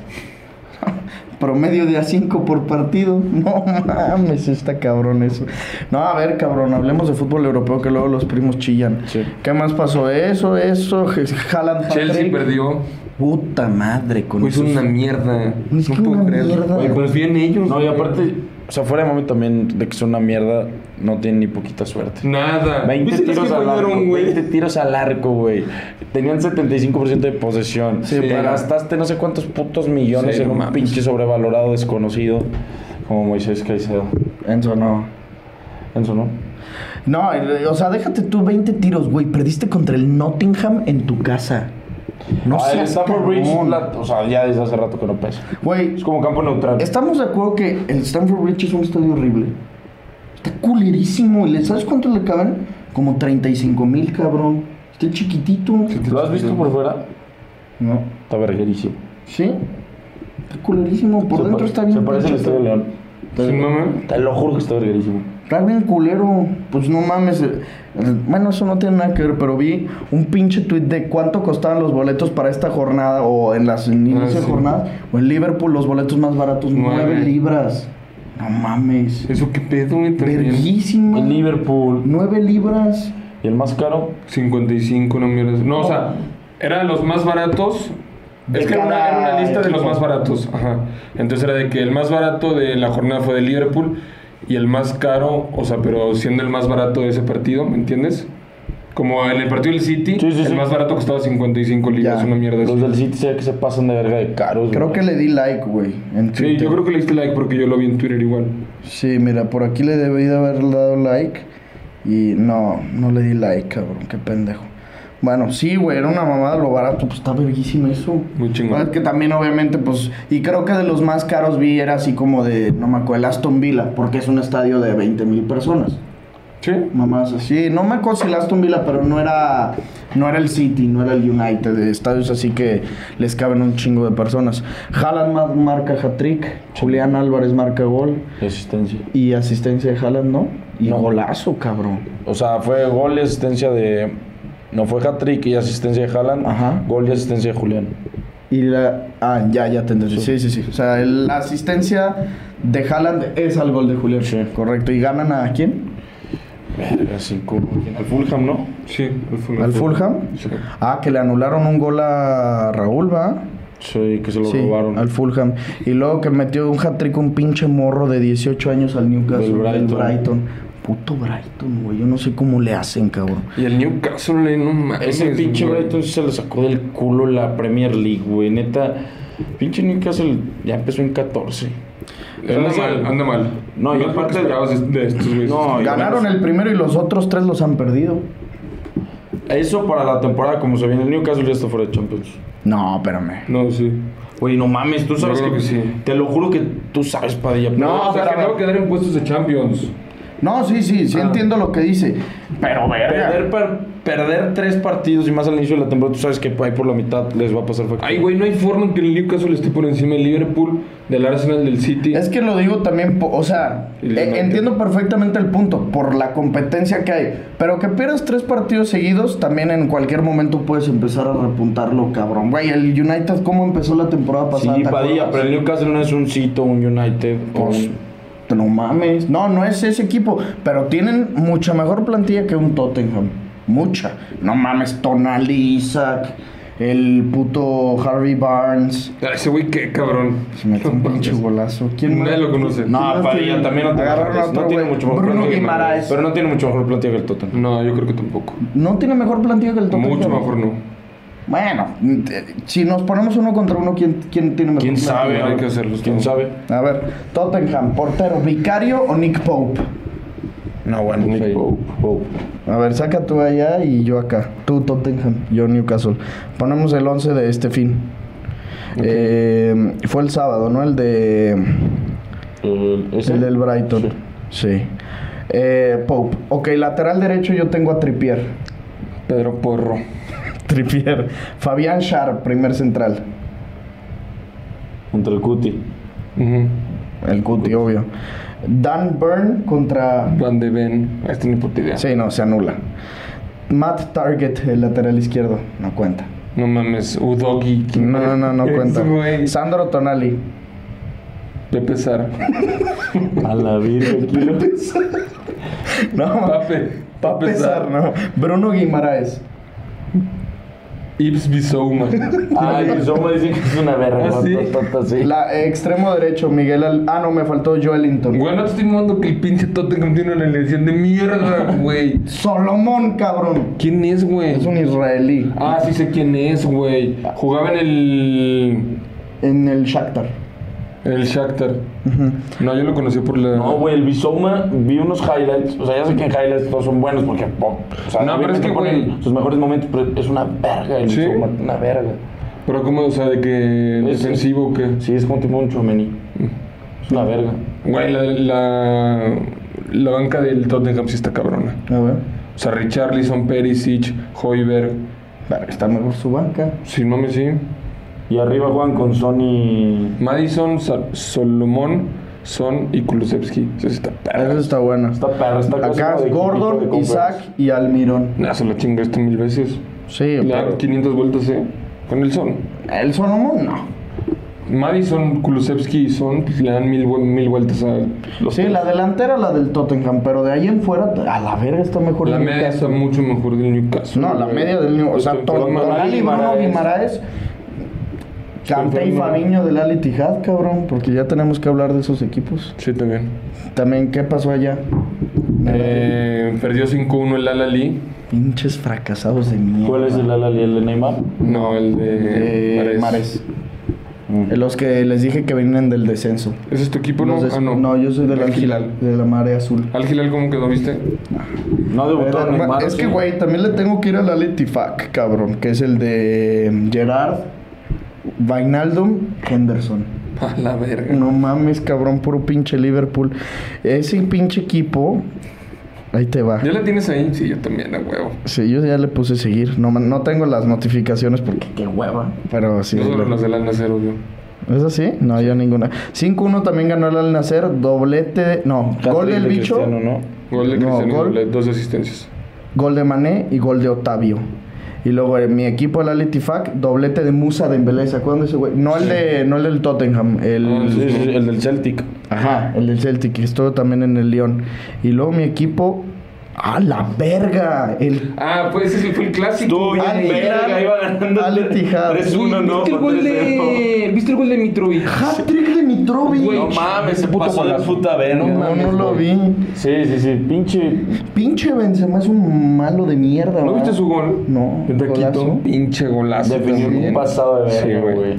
Speaker 2: Promedio de a 5 por partido. No mames, está cabrón eso. No, a ver, cabrón, hablemos de fútbol europeo que luego los primos chillan.
Speaker 3: Sí.
Speaker 2: ¿Qué más pasó? Eso, eso, Jalan
Speaker 4: Chelsea perdió. Pues
Speaker 2: Puta madre con
Speaker 4: Güey, es
Speaker 2: Pues esos-
Speaker 4: una mierda.
Speaker 2: Es que
Speaker 4: No puedo
Speaker 2: una
Speaker 4: creerlo.
Speaker 2: mierda.
Speaker 4: Güey, confía en ellos.
Speaker 3: No, y
Speaker 4: güey.
Speaker 3: aparte, o sea, fuera de mami también de que son una mierda, no tienen ni poquita suerte.
Speaker 4: Nada.
Speaker 3: 20
Speaker 4: ¿Viste los
Speaker 3: tiros,
Speaker 4: que
Speaker 3: al arco, 20
Speaker 4: fallaron, güey?
Speaker 3: tiros al arco, güey. Tenían 75% de posesión.
Speaker 4: Sí,
Speaker 3: Te
Speaker 4: pero-
Speaker 3: gastaste no sé cuántos putos millones
Speaker 4: Sí,
Speaker 3: en
Speaker 4: no
Speaker 3: un
Speaker 4: mames.
Speaker 3: pinche sobrevalorado desconocido como Moisés Caicedo.
Speaker 2: Enzo, no.
Speaker 3: Enzo, ¿no?
Speaker 2: No, eh, o sea, déjate tú 20 tiros, güey. Perdiste contra el Nottingham en tu casa. No
Speaker 3: Ah, el
Speaker 2: seas
Speaker 3: Stamford
Speaker 2: cabrón.
Speaker 3: Bridge, la- o sea, ya desde hace rato que no pesa.
Speaker 2: Güey,
Speaker 3: Es como campo neutral.
Speaker 2: estamos de acuerdo que el Stamford Bridge es un estadio horrible. Está culerísimo. ¿Y le sabes cuánto le caben? Como 35 mil, cabrón. Está chiquitito.
Speaker 3: ¿Lo has visto por fuera?
Speaker 2: No.
Speaker 3: Está verguerísimo.
Speaker 2: ¿Sí? Está culerísimo. Por
Speaker 3: Se
Speaker 2: dentro
Speaker 3: pa-
Speaker 2: está bien.
Speaker 3: Se parece al
Speaker 2: pinche-
Speaker 3: Estadio León.
Speaker 4: Sí, Pues, mamá.
Speaker 3: Te lo juro que está verguerísimo.
Speaker 2: Está bien culero. Pues no mames. eh, eh, Bueno, eso no tiene nada que ver, pero vi un pinche tweet de cuánto costaban los boletos para esta jornada o en las en inicio de
Speaker 4: Ah, sí.
Speaker 2: jornada. O en Liverpool, los boletos más baratos,
Speaker 4: Nueve.
Speaker 2: 9 libras. No mames.
Speaker 4: Eso qué pedo, güey, también.
Speaker 2: Verguísima.
Speaker 3: El Liverpool.
Speaker 2: 9 libras.
Speaker 3: Y el más caro,
Speaker 4: 55, no mierdas. No, o sea, eran los más baratos.
Speaker 2: De
Speaker 4: Es que era una,
Speaker 2: cada
Speaker 4: era una lista de los
Speaker 2: equipo.
Speaker 4: más baratos. Ajá. Entonces era de que el más barato de la jornada fue de Liverpool y el más caro, o sea, pero siendo el más barato de ese partido, ¿me entiendes? Como en el partido del City,
Speaker 3: Sí, sí,
Speaker 4: el
Speaker 3: sí.
Speaker 4: más barato costaba 55 libras,
Speaker 2: Ya.
Speaker 4: una mierda así.
Speaker 3: los del City se ve que se pasan de verga de caros.
Speaker 2: Creo
Speaker 3: güey.
Speaker 2: que le di like, güey. en
Speaker 4: Sí,
Speaker 2: Twitter.
Speaker 4: yo creo que le diste like porque yo lo vi en Twitter igual.
Speaker 2: Sí, mira, por aquí le debí de haber dado like. Y no, no le di like, cabrón. Qué pendejo. Bueno, sí, güey, era una mamada lo barato. Pues está verguísimo eso.
Speaker 4: Muy chingón.
Speaker 2: Ah, es que también, obviamente, pues. Y creo que de los más caros vi era así como de. No me acuerdo, el Aston Villa, porque es un estadio de 20 mil personas.
Speaker 4: Sí.
Speaker 2: Mamás así. No me acuerdo si el Aston Villa, pero no era. No era el City, no era el United. de Estadios así que les caben un chingo de personas. Haaland ma- marca hat-trick. Julián Álvarez marca gol.
Speaker 3: Y asistencia.
Speaker 2: Y asistencia de Haaland, ¿no? Y
Speaker 3: No.
Speaker 2: golazo, cabrón.
Speaker 3: O sea, fue gol y asistencia de. No fue hat-trick y asistencia de Haaland.
Speaker 2: Ajá.
Speaker 3: Gol y asistencia de Julián.
Speaker 2: Y la. Ah, ya, ya te entendí. Sí, sí, sí. O sea, el- la asistencia de Haaland es al gol de Julián.
Speaker 3: Sí.
Speaker 2: Correcto. ¿Y ganan a quién?
Speaker 3: Verga, cinco. Al Fulham, ¿no?
Speaker 4: Sí, al Fulham.
Speaker 2: Al Fulham.
Speaker 4: Sí.
Speaker 2: Ah, que le anularon un gol a Raúl, ¿va?
Speaker 3: Sí, que se lo
Speaker 2: sí,
Speaker 3: robaron.
Speaker 2: al Fulham. Y luego que metió un hat-trick un pinche morro de 18 años al Newcastle.
Speaker 3: Del Brighton.
Speaker 2: Puto Brighton, güey. Yo no sé cómo le hacen, cabrón.
Speaker 4: Y el Newcastle, eh, no mames.
Speaker 3: Ese pinche
Speaker 4: güey.
Speaker 3: Brighton se le sacó del culo la Premier League, güey. Neta, Pinche Newcastle ya empezó en 14.
Speaker 4: Anda mal, anda mal.
Speaker 3: No, y
Speaker 4: es lo que
Speaker 3: aparte-
Speaker 4: esperabas de, de estos güeyes.
Speaker 3: No, y
Speaker 2: Ganaron
Speaker 3: menos-
Speaker 2: el primero y los otros tres los han perdido.
Speaker 3: Eso para la temporada como se viene. El Newcastle ya está fuera de Champions.
Speaker 2: No, espérame.
Speaker 4: No, sí.
Speaker 3: Güey, no mames, tú sabes
Speaker 4: creo que sí.
Speaker 3: Te lo juro que tú sabes, Padilla. pero-
Speaker 2: No,
Speaker 4: o sea, que
Speaker 2: espérame.
Speaker 4: no quedar en puestos de Champions.
Speaker 2: No, sí, sí,
Speaker 3: Ah.
Speaker 2: sí entiendo lo que dice. Pero verga.
Speaker 3: Perder, per- perder tres partidos y más al inicio de la temporada, tú sabes que ahí por la mitad les va a pasar factura.
Speaker 4: Ay, güey, no hay forma en que el Newcastle esté por encima del Liverpool, del Arsenal, del City.
Speaker 2: Es que lo digo también, po- o sea,
Speaker 4: Y
Speaker 2: eh,
Speaker 4: United.
Speaker 2: entiendo perfectamente el punto, por la competencia que hay. Pero que pierdas tres partidos seguidos, también en cualquier momento puedes empezar a repuntarlo, cabrón. Güey, el United, ¿cómo empezó la temporada
Speaker 3: Sí,
Speaker 2: pasada? ¿Te
Speaker 3: Padilla,
Speaker 2: acuerdas?
Speaker 3: pero el Newcastle no es un Cito, un United. o
Speaker 2: Pues,
Speaker 3: un-
Speaker 2: no mames. No, no es ese equipo, pero tienen mucha mejor plantilla que un Tottenham. Mucha. No mames, Tonali, Isaac, el puto Harvey Barnes.
Speaker 4: Ah, Ese güey, qué cabrón.
Speaker 2: Se metió un pinche golazo. ¿Quién más?
Speaker 4: Nadie
Speaker 2: pues,
Speaker 4: lo conoce.
Speaker 2: ¿Quién
Speaker 3: No,
Speaker 2: más
Speaker 3: Padilla
Speaker 2: tiene?
Speaker 3: también no tiene,
Speaker 2: Agarraron a
Speaker 3: no
Speaker 2: otro,
Speaker 3: tiene
Speaker 2: güey.
Speaker 3: mucho mejor
Speaker 2: Bruno
Speaker 3: plantilla que el
Speaker 2: Guimaraes.
Speaker 3: Pero no tiene mucho mejor plantilla que el Tottenham.
Speaker 4: No, yo creo que tampoco.
Speaker 2: No tiene mejor plantilla que el Tottenham.
Speaker 4: Mucho mejor no.
Speaker 2: Bueno, eh, si nos ponemos uno contra uno, ¿quién, quién tiene mejor
Speaker 3: ¿Quién
Speaker 2: plantilla?
Speaker 3: sabe?
Speaker 4: Hay que hacerlos
Speaker 3: ¿Quién
Speaker 4: todos.
Speaker 3: sabe?
Speaker 2: A ver, Tottenham, portero, Vicario o Nick Pope.
Speaker 3: No, bueno.
Speaker 4: Nick Pope.
Speaker 2: A ver, saca tú allá y yo acá. Tú Tottenham, yo Newcastle. Ponemos el 11 de este fin. Eh, fue el sábado, ¿no? El de el del Brighton. Sí. Eh, Pope. Ok, lateral derecho yo tengo a Tripier.
Speaker 4: Pedro Porro.
Speaker 2: Tripier. Fabián Sharp, primer central.
Speaker 3: Contra el Cuti.
Speaker 4: Ujú.
Speaker 2: El Cuti, obvio. Dan Byrne contra
Speaker 4: Van de Ben. Este ni puta idea.
Speaker 2: Sí, no, se anula. Matt Target, el lateral izquierdo, no cuenta.
Speaker 4: No mames, Udogi. ¿quién
Speaker 2: No, no, no, no
Speaker 4: es,
Speaker 2: cuenta.
Speaker 4: güey?
Speaker 2: Sandro Tonali.
Speaker 4: Pepe Sar.
Speaker 3: A la virgen.
Speaker 2: No,
Speaker 4: Pape.
Speaker 2: pa'
Speaker 4: Pape
Speaker 2: pesar,
Speaker 4: Sar.
Speaker 2: no. Bruno Guimaraes.
Speaker 4: Ibs Bisouma.
Speaker 3: Ay, Soma dicen que es una verga.
Speaker 4: Ah, sí.
Speaker 3: tata, sí.
Speaker 2: La eh, extremo derecho, Miguel Al... Ah, no, me faltó Joelinton.
Speaker 4: Güey, no te estoy mandando que el pinche Tottenham tiene una elección de mierda, güey.
Speaker 2: Solomón, cabrón.
Speaker 4: ¿Quién es, güey?
Speaker 2: Es un israelí.
Speaker 4: Ah, sí sé quién es, güey. Jugaba en el.
Speaker 2: En el Shakhtar.
Speaker 4: El Shakhtar. No, yo lo conocí por la.
Speaker 3: No, güey, el Bissouma, vi unos highlights. O sea, ya sé que en highlights todos son buenos porque. po, o sea,
Speaker 4: No, pero es
Speaker 3: obviamente
Speaker 4: que,
Speaker 3: ponen
Speaker 4: güey.
Speaker 3: Sus mejores momentos, pero es una verga el
Speaker 4: ¿Sí?
Speaker 3: Bissouma, una verga.
Speaker 4: Pero como, o sea, de que.
Speaker 3: Es-
Speaker 4: defensivo o qué.
Speaker 3: Sí, es como tipo un Chomeni. Es una verga.
Speaker 4: Güey, la, la. la banca del Tottenham sí está cabrona.
Speaker 2: A ver.
Speaker 4: O sea, Richarlison, Perisic, Hoiberg.
Speaker 2: Verga, Está mejor su banca.
Speaker 4: Sí, mames, sí.
Speaker 3: Y arriba juegan con Sony.
Speaker 4: Madison, Sa- Solomon, Son y Kulusevski. O sea, sí está perra.
Speaker 2: Eso está bueno.
Speaker 3: Está perra, está casi
Speaker 2: Acá
Speaker 3: como de
Speaker 2: Gordon,
Speaker 3: equipito de
Speaker 2: Isaac y Almirón.
Speaker 4: Nah, se la chinga esto mil veces.
Speaker 2: Sí,
Speaker 4: Le da
Speaker 2: pero-
Speaker 4: 500 vueltas, eh. Con el Son.
Speaker 2: El Solomón, no.
Speaker 4: Madison, Kulusevski y Son pues, le dan mil, vu- mil vueltas a los
Speaker 2: Sí,
Speaker 4: tres.
Speaker 2: la delantera la del Tottenham, pero de ahí en fuera, a la verga está mejor.
Speaker 4: La
Speaker 2: el
Speaker 4: media
Speaker 2: Newcastle.
Speaker 4: está mucho mejor del Newcastle.
Speaker 2: No, la
Speaker 4: güey.
Speaker 2: media del New. O sea,
Speaker 4: Estoy
Speaker 2: todo.
Speaker 4: enfermo.
Speaker 2: Tonali, Bruno Guimaraes. Kanté y
Speaker 4: enfermo.
Speaker 2: Fabiño del Ali Tijad, cabrón, porque ya tenemos que hablar de esos equipos.
Speaker 4: Sí, también.
Speaker 2: También, ¿qué pasó allá?
Speaker 4: Eh, perdió 5-1 el Alali.
Speaker 2: Pinches fracasados de
Speaker 3: Converse.
Speaker 2: mierda.
Speaker 3: ¿Cuál es el Alali, el de Neymar?
Speaker 4: No, el de
Speaker 2: Eh,
Speaker 4: Mares.
Speaker 2: Mares. Los que les dije que vienen del descenso.
Speaker 4: ¿Ese es tu equipo, no?
Speaker 2: Los des-
Speaker 4: ah, no.
Speaker 2: yo soy del
Speaker 4: Al
Speaker 2: Ángel,
Speaker 4: Hilal.
Speaker 2: de la Marea Azul.
Speaker 4: Al Hilal, ¿cómo quedó, viste?
Speaker 3: No debutó
Speaker 2: Pero,
Speaker 3: Neymar.
Speaker 2: es
Speaker 3: sí.
Speaker 2: que, güey, también le tengo que ir al Ali Tifac, cabrón, que es el de mm, Gerard, Vainaldum, Henderson.
Speaker 4: A la verga.
Speaker 2: No mames, cabrón, puro pinche Liverpool. Ese pinche equipo, ahí te va.
Speaker 4: ¿Ya la tienes ahí? Sí, yo también, a huevo.
Speaker 2: Sí, yo ya le puse seguir. No, ma- no tengo las notificaciones porque qué hueva. Pero sí.
Speaker 4: Yo solo
Speaker 2: lo-
Speaker 4: los del Al Nassr, obvio.
Speaker 2: ¿Es así? No, yo ninguna. 5-1 también ganó el Al Nacer. Doblete. de- no,
Speaker 3: Hat-trick
Speaker 2: gol del
Speaker 3: de
Speaker 2: bicho.
Speaker 3: Cristiano, ¿no?
Speaker 4: Gol de
Speaker 2: No,
Speaker 4: Cristiano,
Speaker 2: gol.
Speaker 4: doble, dos asistencias.
Speaker 2: Gol de Mané y gol de Otavio. Y luego eh, mi equipo, el Aletifac, doblete de Musa de Embeleza. ¿Se acuerdan de ese güey? No el, de, no el del Tottenham, el,
Speaker 4: Ah,
Speaker 3: Sí, Ah, sí, sí, el del Celtic.
Speaker 2: ajá, el del Celtic, que estuvo también en el León. Y luego mi equipo, ¡a la verga! El
Speaker 4: Ah, pues ese sí fue el clásico.
Speaker 3: Tú, ya
Speaker 2: Al
Speaker 3: verga,
Speaker 2: Hilal,
Speaker 3: iba ganando.
Speaker 2: Al Ittihad.
Speaker 3: tres
Speaker 4: Güey,
Speaker 3: uno, no,
Speaker 4: ¿Viste el gol de... ¿Viste el gol de Mitrovic?
Speaker 2: hat-trick de Mitrovic.
Speaker 4: Güey,
Speaker 3: No mames, se
Speaker 4: Puto
Speaker 3: pasó de
Speaker 4: golazo.
Speaker 3: puta verga.
Speaker 2: No, no lo
Speaker 3: güey.
Speaker 2: vi.
Speaker 3: Sí, sí, sí, pinche.
Speaker 2: Pinche Benzema es un malo de mierda,
Speaker 4: ¿No
Speaker 2: ¿verdad?
Speaker 4: viste su gol?
Speaker 2: No,
Speaker 4: De taquito.
Speaker 2: golazo.
Speaker 4: Pinche golazo.
Speaker 3: Definió
Speaker 4: también.
Speaker 3: un pasado de
Speaker 4: Sí,
Speaker 3: verga,
Speaker 4: güey.
Speaker 3: güey.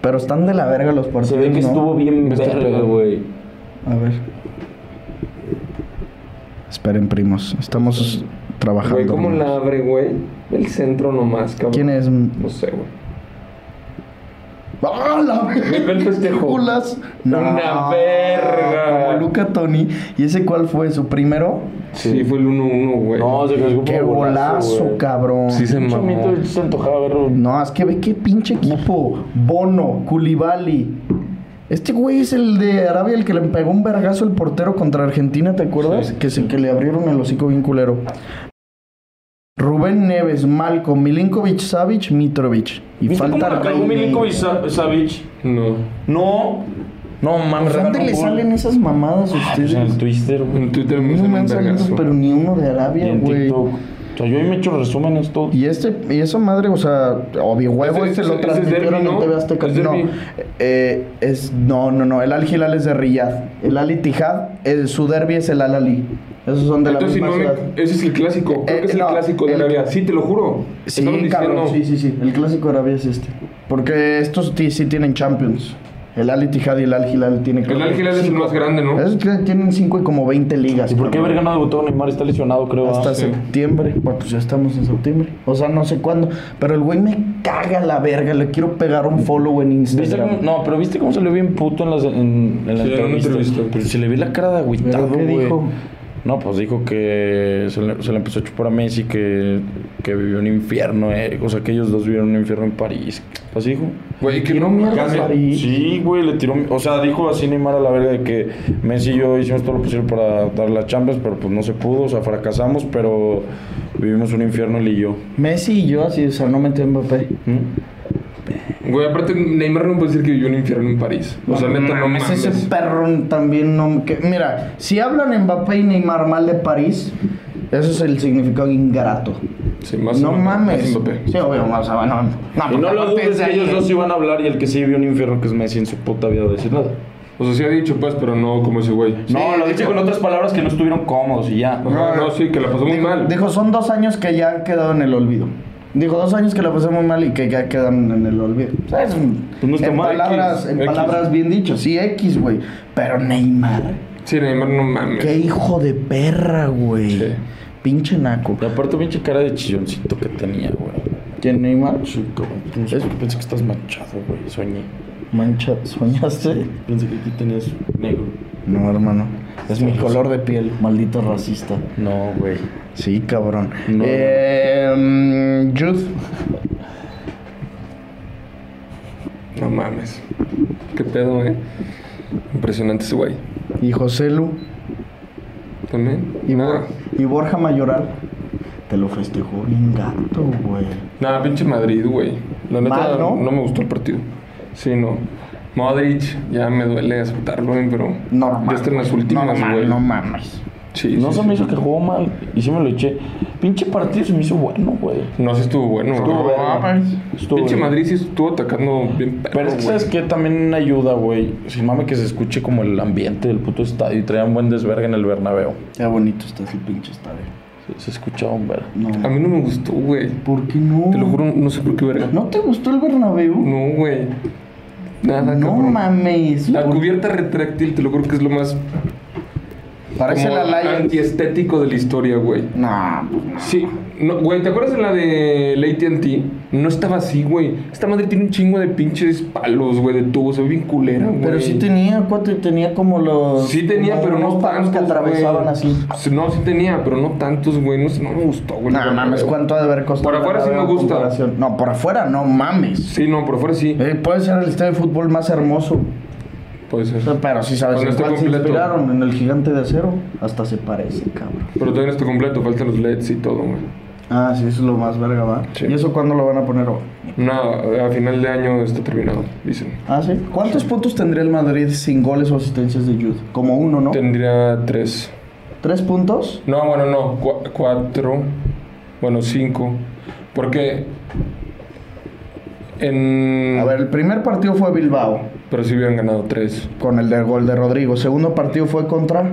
Speaker 2: Pero están de la verga los partidos.
Speaker 3: Se ve que
Speaker 2: ¿no?
Speaker 3: estuvo bien
Speaker 4: Está
Speaker 3: verga,
Speaker 4: pegado.
Speaker 3: güey.
Speaker 2: A ver. Esperen, primos. Estamos trabajando.
Speaker 5: Güey, ¿cómo la abre, güey? El centro nomás, cabrón.
Speaker 2: ¿Quién es?
Speaker 5: No sé, güey.
Speaker 2: ¡Ah, la
Speaker 5: Ve el festejo.
Speaker 2: Culas.
Speaker 5: Una verga.
Speaker 2: Como Luca Toni. ¿Y ese cuál fue? ¿Su primero?
Speaker 5: Sí, fue el 1-1, güey.
Speaker 3: No, se cascó
Speaker 2: ¡Qué golazo,
Speaker 3: güey.
Speaker 2: cabrón!
Speaker 4: Sí se
Speaker 3: Mucho
Speaker 4: mamó.
Speaker 3: mito, se antojaba verlo.
Speaker 2: No, es que ve qué pinche equipo. Bono, Culibali. Este güey es el de Arabia, el que le pegó un vergazo el portero contra Argentina, ¿te acuerdas? que, se, que le abrieron el hocico bien culero. Rubén Neves, Malcolm, Milinkovic, Savic, Mitrovic. Y
Speaker 3: ¿Viste
Speaker 2: falta
Speaker 3: cómo la cagó
Speaker 2: Reina.
Speaker 3: Milinkovic Sa- Savic?
Speaker 4: No.
Speaker 3: No. No, mames,
Speaker 2: Pues, ¿Dónde
Speaker 3: regaló
Speaker 2: le
Speaker 3: un gol.
Speaker 2: salen esas mamadas a
Speaker 3: Pues en
Speaker 2: ustedes?
Speaker 3: el Twister, güey.
Speaker 4: En Twitter me
Speaker 2: No me han
Speaker 4: hizo un
Speaker 2: salido,
Speaker 4: vergazo.
Speaker 2: pero ni uno de
Speaker 3: Y
Speaker 2: Arabia,
Speaker 3: en
Speaker 2: güey.
Speaker 3: TikTok. O sea, yo ahí me echo resúmenes todo.
Speaker 2: Y este, y esa madre, o sea, obvio huevo,
Speaker 4: Ese-
Speaker 2: este lo
Speaker 4: ese- ese es
Speaker 2: transmitieron
Speaker 4: derbi,
Speaker 2: en
Speaker 4: ¿no?
Speaker 2: TV Azteca.
Speaker 4: Es
Speaker 2: No,
Speaker 4: derbi.
Speaker 2: eh, es, no, no, no, el Al Hilal es de Riyadh. El Al Ittihad, el, su derby es el Al Ali. Esos son de la
Speaker 4: Entonces, si
Speaker 2: misma
Speaker 4: no me-
Speaker 2: ciudad.
Speaker 4: ese es el clásico. Creo
Speaker 2: Eh,
Speaker 4: que es el
Speaker 2: no,
Speaker 4: clásico de
Speaker 2: el-
Speaker 4: Arabia. Sí, te lo juro.
Speaker 2: Sí,
Speaker 4: Estaban
Speaker 2: cabrón, sí,
Speaker 4: diciendo-
Speaker 2: sí, sí. El clásico de Arabia es este. Porque estos ti- sí tienen Champions. El Al Ittihad y el Al Hilal tienen
Speaker 4: El Al Hilal es el
Speaker 2: cinco.
Speaker 4: más grande, ¿no?
Speaker 2: Esos que tienen 5 y como 20 ligas.
Speaker 3: ¿Y por qué
Speaker 2: cabrón.
Speaker 3: verga no debutó Neymar? Está lesionado, creo. ¿ah?
Speaker 2: Hasta
Speaker 3: Sí.
Speaker 2: septiembre. Bueno, pues ya estamos en septiembre. O sea, no sé cuándo. Pero el güey me caga la verga. Le quiero pegar un follow en
Speaker 3: ¿Viste
Speaker 2: Instagram.
Speaker 3: cómo- no, pero viste cómo se le vio bien puto en, las, en, en la
Speaker 4: Sí, en una
Speaker 3: entrevista.
Speaker 4: entrevista.
Speaker 3: Pero se le ve la cara de agüitado,
Speaker 2: ¿Pero qué
Speaker 3: güey.
Speaker 2: dijo?
Speaker 3: No, pues dijo que se le, se le empezó a chupar a Messi, que, que vivió un infierno, eh. O sea, que ellos dos vivieron un infierno en París. Así dijo.
Speaker 4: Güey, que
Speaker 2: Quiero mierda,
Speaker 4: Casi-
Speaker 2: París.
Speaker 3: Sí, güey, le tiró. O sea, dijo así Neymar a la verga de que Messi y yo hicimos todo lo posible para dar la Champions, pero pues no se pudo, o sea, fracasamos, pero vivimos un infierno él y yo.
Speaker 2: Messi y yo así, o sea, no metió Mbappé.
Speaker 4: Güey, aparte, Neymar no puede decir que vivió un infierno en París. O sea, neta, no
Speaker 2: Mames,
Speaker 4: mames.
Speaker 2: Ese perro también no... que- mira, si hablan Mbappé y Neymar mal de París, eso es el significado ingrato.
Speaker 4: Sí, más
Speaker 2: no
Speaker 4: Mbappé,
Speaker 2: mames.
Speaker 4: más Mbappé.
Speaker 2: Sí, obvio, o sea, no, no,
Speaker 3: Y no
Speaker 2: porque
Speaker 3: lo
Speaker 2: aparte
Speaker 3: dudes
Speaker 2: de
Speaker 3: que
Speaker 2: ahí-
Speaker 3: ellos dos iban a hablar y el que sí vivió un infierno que es Messi en su puta vida va a decir nada.
Speaker 4: O sea, sí ha dicho, pues, pero no como ese güey.
Speaker 3: No, lo dice con otras palabras que no estuvieron cómodos y ya.
Speaker 4: Ajá, no, sí, que la pasó muy mal.
Speaker 2: Dijo, son dos años que ya han quedado en el olvido. Dijo, dos años que la pasé muy mal y que ya quedan en el olvido. O sea, es un-
Speaker 3: Pues no está
Speaker 2: en
Speaker 3: mal,
Speaker 2: palabras,
Speaker 3: X,
Speaker 2: en
Speaker 4: X.
Speaker 2: palabras bien dicho, sí, X, güey. Pero Neymar,
Speaker 4: Sí, Neymar, no mames.
Speaker 2: qué hijo de perra, güey.
Speaker 4: Sí.
Speaker 2: Pinche naco.
Speaker 3: Y aparte, pinche cara de chilloncito que tenía, güey.
Speaker 2: ¿Quién Neymar?
Speaker 3: Sí, cabrón. No sé, pensé que estás manchado, güey. Soñé.
Speaker 2: Mancha, ¿soñaste?
Speaker 3: Pensé que aquí tenías negro.
Speaker 2: No, hermano. Es mi color de piel, maldito racista.
Speaker 3: No, güey.
Speaker 2: Sí, cabrón.
Speaker 3: No.
Speaker 2: Eh, mm, Jude.
Speaker 4: No mames. Qué pedo, eh. Impresionante ese güey.
Speaker 2: y José Lu
Speaker 4: También.
Speaker 2: y,
Speaker 4: nada.
Speaker 2: Bor- y Borja Mayoral. Te lo festejó bien gato, güey.
Speaker 4: Nada, pinche Madrid, güey. La neta,
Speaker 2: Mal, ¿no?
Speaker 4: ¿no? me gustó el partido. Sí, no. Modric, ya me duele aceptarlo, eh, pero.
Speaker 2: Normal.
Speaker 4: Ya está en las
Speaker 2: güey.
Speaker 4: últimas,
Speaker 2: Normal,
Speaker 4: güey.
Speaker 2: No mames.
Speaker 4: Sí,
Speaker 3: No
Speaker 4: sí,
Speaker 3: se
Speaker 4: sí.
Speaker 3: me hizo que jugó mal y sí me lo eché. Pinche partido se me hizo bueno, güey.
Speaker 4: No, sí estuvo bueno.
Speaker 3: Estuvo
Speaker 4: güey. Ah,
Speaker 3: verga. Estuvo
Speaker 4: Pinche
Speaker 3: verga.
Speaker 4: Madrid sí estuvo atacando bien.
Speaker 3: Pero es que, ¿sabes qué? También ayuda, güey. Sin mame que se escuche como el ambiente del puto estadio y traían buen desvergue en el Bernabéu.
Speaker 2: Qué bonito está ese pinche estadio.
Speaker 3: Se, se escuchaba un verga.
Speaker 2: No.
Speaker 4: A mí no me gustó, güey.
Speaker 2: ¿Por qué no?
Speaker 4: Te lo juro, no sé por qué verga.
Speaker 2: ¿No te gustó el Bernabéu?
Speaker 4: No, güey. Nada,
Speaker 2: No
Speaker 4: cabrón.
Speaker 2: mames.
Speaker 4: La
Speaker 2: ¿Por-
Speaker 4: cubierta retráctil, te lo juro que es lo más
Speaker 2: Parece
Speaker 4: como
Speaker 2: la Lions.
Speaker 4: antiestético de la historia, güey.
Speaker 2: No, pues no.
Speaker 4: Sí, no, güey, ¿te acuerdas de la de la AT&T? No estaba así, güey. Esta madre tiene un chingo de pinches palos, güey, de tubos, se ve bien culera, güey.
Speaker 2: Pero sí tenía, cuate, tenía como los.
Speaker 4: Sí tenía,
Speaker 2: como
Speaker 4: pero no
Speaker 2: unos palos
Speaker 4: tantos,
Speaker 2: que atravesaban
Speaker 4: güey.
Speaker 2: así.
Speaker 4: Sí, No, sí tenía, pero no tantos, güey. No, sé, no me gustó, güey.
Speaker 2: No mames, ¿cuánto ha de haber costado?
Speaker 4: Por afuera
Speaker 2: el
Speaker 4: sí me
Speaker 2: Bernabéu en
Speaker 4: gusta.
Speaker 2: comparación? No, por afuera no mames.
Speaker 4: Sí, no, por fuera sí.
Speaker 2: Eh, puede ser el estadio de fútbol más hermoso.
Speaker 4: Puede ser.
Speaker 2: O sea, Pero sí sabes
Speaker 4: Cuando
Speaker 2: en
Speaker 4: esté
Speaker 2: cuál se
Speaker 4: completo.
Speaker 2: inspiraron, en el gigante de acero. Hasta se parece, cabrón.
Speaker 4: Pero todavía no está completo, faltan los LEDs y todo, güey.
Speaker 2: Ah, sí, eso es lo más verga, va.
Speaker 4: Sí.
Speaker 2: ¿Y eso cuándo lo van a poner? va?
Speaker 4: No, a final de año está terminado, dicen.
Speaker 2: Ah, sí. ¿Cuántos puntos tendría el Madrid sin goles o asistencias de Jude? Como uno, ¿no?
Speaker 4: Tendría tres.
Speaker 2: ¿Tres puntos?
Speaker 4: No, bueno, no. cua- cuatro. Bueno, cinco. Porque. En.
Speaker 2: A ver, el primer partido fue Bilbao,
Speaker 4: Pero si hubieran ganado tres.
Speaker 2: con el del gol de Rodrigo. Segundo partido fue contra.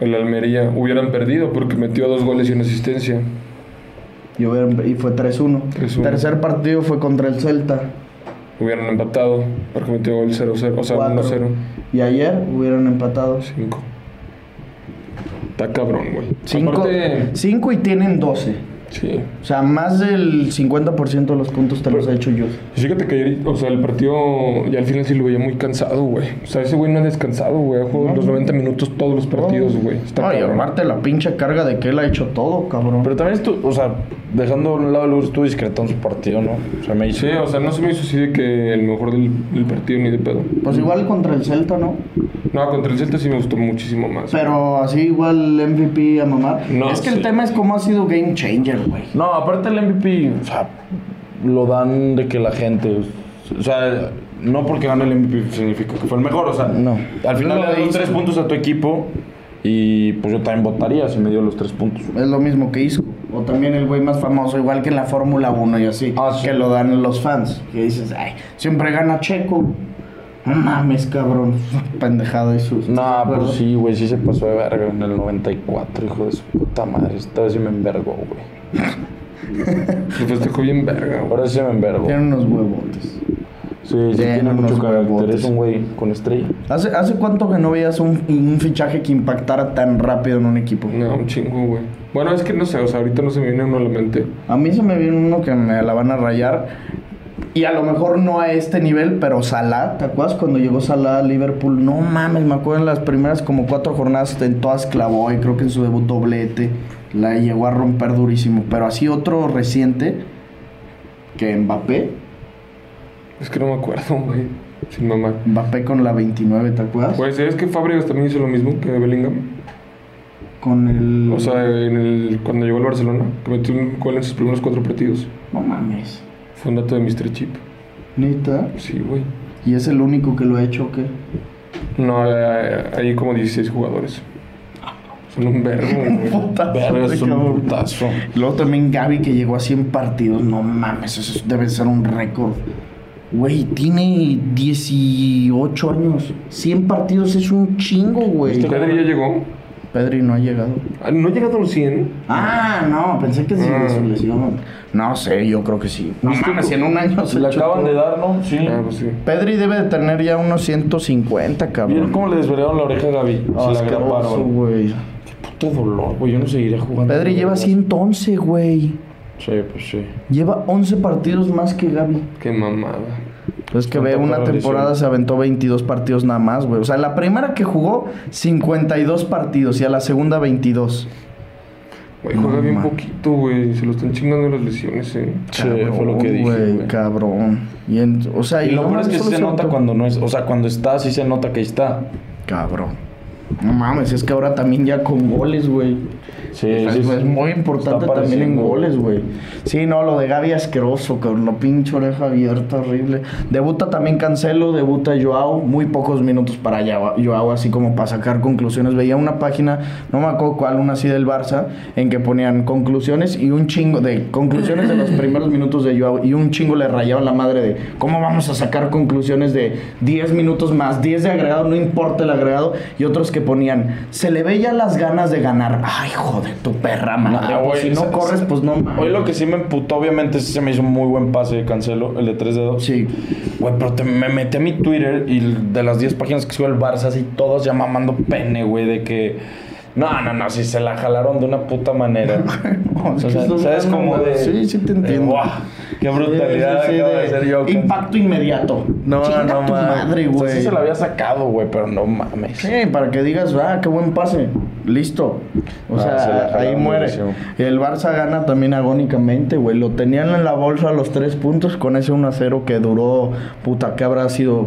Speaker 4: El Almería hubieran perdido porque metió dos goles y una asistencia.
Speaker 2: Y, hubieron- y fue 3-1.
Speaker 4: 3-1.
Speaker 2: Tercer partido fue contra el Celta.
Speaker 4: hubieran empatado porque metió el 0-0, o sea,
Speaker 2: Cuatro.
Speaker 4: 1-0,
Speaker 2: Y ayer hubieron empatado
Speaker 4: 5. Está cabrón, güey.
Speaker 2: 5
Speaker 4: Aparte,
Speaker 2: y tienen 12.
Speaker 4: sí.
Speaker 2: O sea, más del 50% de los puntos te los ha hecho yo.
Speaker 4: Fíjate que ayer, o sea, el partido ya al final sí lo veía muy cansado, güey. O sea, ese güey no ha descansado, güey. Ha jugado los 90 minutos todos los partidos, güey. Está
Speaker 2: No, y
Speaker 4: cabrón.
Speaker 2: aparte la pinche carga de que él ha hecho todo, cabrón.
Speaker 3: Pero también estuvo, o sea, dejando a un lado el gusto, estuvo discreto en su partido, ¿no? O sea, me hizo.
Speaker 4: Sí, o sea, no se me hizo así de que el mejor del, del partido ni de pedo.
Speaker 2: pues igual contra el Celta, ¿no?
Speaker 4: No, contra el Celta sí me gustó muchísimo más.
Speaker 2: Pero así igual MVP a mamar.
Speaker 4: No,
Speaker 2: es que el
Speaker 4: sí.
Speaker 2: tema es cómo ha sido game changer, güey.
Speaker 3: No, aparte el MVP, o sea, lo dan de que la gente. O sea, no porque ganó el MVP significa que fue el mejor, o sea.
Speaker 2: No.
Speaker 3: Al final
Speaker 2: No,
Speaker 3: le
Speaker 2: ahí
Speaker 3: das tres
Speaker 2: sí.
Speaker 3: puntos a tu equipo y pues yo también votaría si me dio los tres puntos.
Speaker 2: Es lo mismo que hizo. O también el güey más famoso, igual que en la Fórmula 1 y así.
Speaker 3: Ah, sí.
Speaker 2: Que lo dan los fans. Que dices, ay, siempre gana Checo. No mames, cabrón. Pendejada y sus.
Speaker 3: Nah, pero pues sí, güey, sí se pasó de verga en el 94, hijo de su puta madre. Esta vez sí me envergó, güey.
Speaker 4: Se festejó bien verga, güey.
Speaker 3: Ahora sí me envergó.
Speaker 2: Tiene unos huevotes.
Speaker 3: Sí, sí,
Speaker 2: Tiene
Speaker 3: tiene
Speaker 2: unos
Speaker 3: mucho carácter.
Speaker 2: huevotes.
Speaker 3: Es un güey con estrella.
Speaker 2: ¿Hace, ¿Hace cuánto que no veías un, un fichaje que impactara tan rápido en un equipo?
Speaker 4: No, un chingo, güey. Bueno, es que no sé, o sea, ahorita no se me viene uno a la mente.
Speaker 2: A mí se me viene uno que me la van a rayar. Y a lo mejor no a este nivel, pero Salah, ¿te acuerdas cuando llegó Salah a Liverpool? No mames, me acuerdo en las primeras como cuatro jornadas, en todas clavó y creo que en su debut doblete la llegó a romper durísimo. Pero así otro reciente que Mbappé,
Speaker 4: Es que no me acuerdo, güey. Sin mamá.
Speaker 2: Mbappé con la 29, ¿te acuerdas?
Speaker 4: Pues es que Fabregas también hizo lo mismo que Bellingham.
Speaker 2: con el...
Speaker 4: O sea, en el, cuando llegó al Barcelona, que metió un gol en sus primeros cuatro partidos.
Speaker 2: no mames,
Speaker 4: Fue un dato de Mr. Chip.
Speaker 2: neta.
Speaker 4: Sí, güey.
Speaker 2: ¿Y es el único que lo ha hecho o qué?
Speaker 4: No, eh, hay como 16 jugadores. Son un verbo, güey.
Speaker 2: Putazo
Speaker 3: Verga,
Speaker 2: de
Speaker 3: es un
Speaker 2: cabrón.
Speaker 3: putazo.
Speaker 2: Luego también Gaby que llegó a 100 partidos. No mames, eso debe ser un récord. Güey, tiene 18 años. 100 partidos es un chingo, güey.
Speaker 3: Este-
Speaker 4: Pedri ya llegó.
Speaker 2: Pedri no ha llegado.
Speaker 4: Ah, No ha llegado a los 100.
Speaker 2: Ah, no, pensé que sí
Speaker 4: Ah.
Speaker 3: Mm.
Speaker 2: su lesión. No sé, yo creo que sí. No mames, si en un año se
Speaker 3: Se le
Speaker 2: echó
Speaker 3: acaban
Speaker 2: todo.
Speaker 3: de dar, ¿no? Sí.
Speaker 4: Ah, pues sí.
Speaker 2: Pedri debe de tener ya unos 150,
Speaker 3: ¿Vieron
Speaker 2: cabrón.
Speaker 3: cómo le desvelaron la oreja a Gaby?
Speaker 2: Ah,
Speaker 3: se la
Speaker 2: asqueroso,
Speaker 3: grabaron.
Speaker 2: güey.
Speaker 3: Qué puto dolor, güey. Yo no seguiré jugando.
Speaker 2: Pedri lleva 111, güey.
Speaker 3: Sí, pues sí.
Speaker 2: Lleva 11 partidos más que Gaby.
Speaker 4: Qué mamada.
Speaker 2: Pues que ve,
Speaker 3: Tanta
Speaker 2: una
Speaker 3: tradición.
Speaker 2: temporada se aventó 22 partidos nada más, güey. O sea, la primera que jugó, 52 partidos. Y a la segunda, 22.
Speaker 4: Güey, juega
Speaker 2: No,
Speaker 4: bien
Speaker 2: man.
Speaker 4: poquito, güey. Se lo están chingando las lesiones, eh.
Speaker 3: Sí, fue lo que
Speaker 2: Cabrón,
Speaker 3: dije, güey.
Speaker 2: Cabrón. Y en- o sea,
Speaker 3: Y lo peor es que sí
Speaker 2: solo
Speaker 3: se nota
Speaker 2: aventó-
Speaker 3: cuando no es. O sea, cuando está, sí se nota que está.
Speaker 2: Cabrón. No mames, es que ahora también ya con goles, güey.
Speaker 3: Sí,
Speaker 2: O sea,
Speaker 3: sí,
Speaker 2: es,
Speaker 3: sí.
Speaker 2: muy importante
Speaker 3: Está
Speaker 2: también en
Speaker 3: apareciendo.
Speaker 2: goles, güey. Sí, no, lo de Gaby asqueroso, cabrón. La pinche oreja abierta, horrible. Debuta también Cancelo, debuta Joao. Muy pocos minutos para Joao, Joao, así como para sacar conclusiones. Veía una página, no me acuerdo cuál, una así del Barça, en que ponían conclusiones y un chingo de conclusiones de los primeros minutos de Joao. Y un chingo le rayaban la madre de cómo vamos a sacar conclusiones de 10 minutos más, 10 de agregado, no importa el agregado. Y otros que ponían, se le veía las ganas de ganar. Ay, joder, tu perra madre.
Speaker 3: Nah,
Speaker 2: Ah, pues,
Speaker 3: güey,
Speaker 2: si no
Speaker 3: se-
Speaker 2: corres,
Speaker 3: se-
Speaker 2: pues no.
Speaker 3: Hoy lo que sí me emputó, obviamente, sí se me hizo un muy buen pase de Cancelo, el de 3 dedos.
Speaker 2: Sí.
Speaker 3: Güey, pero te- me metí a mi Twitter y de las 10 páginas que sube el Barça, así todos ya mamando pene, güey, de que. No, no, no, si se la jalaron de una puta manera.
Speaker 2: No, es
Speaker 3: O
Speaker 2: que
Speaker 3: sea,
Speaker 2: es lo
Speaker 3: ¿Sabes
Speaker 2: mismo,
Speaker 3: cómo
Speaker 2: güey.
Speaker 3: de.?
Speaker 2: Sí, sí te
Speaker 3: de,
Speaker 2: entiendo.
Speaker 3: "Guau, ¡Qué brutalidad
Speaker 2: Sí, sí, sí,
Speaker 3: acaba de
Speaker 2: de
Speaker 3: hacer yo!
Speaker 2: Impacto inmediato.
Speaker 3: No,
Speaker 2: Chinga
Speaker 3: no,
Speaker 2: tu
Speaker 3: mames.
Speaker 2: madre,
Speaker 3: O sea,
Speaker 2: güey.
Speaker 3: sí se la había sacado, güey, pero no mames.
Speaker 2: Sí, para que digas, ah, qué buen pase. Listo. O
Speaker 3: Ah,
Speaker 2: sea,
Speaker 3: se la
Speaker 2: ahí
Speaker 3: jalaron
Speaker 2: muere.
Speaker 3: durísimo.
Speaker 2: Y el Barça gana también agónicamente, güey. Lo tenían en la bolsa los tres puntos con ese 1-0 que duró, puta, que habrá sido.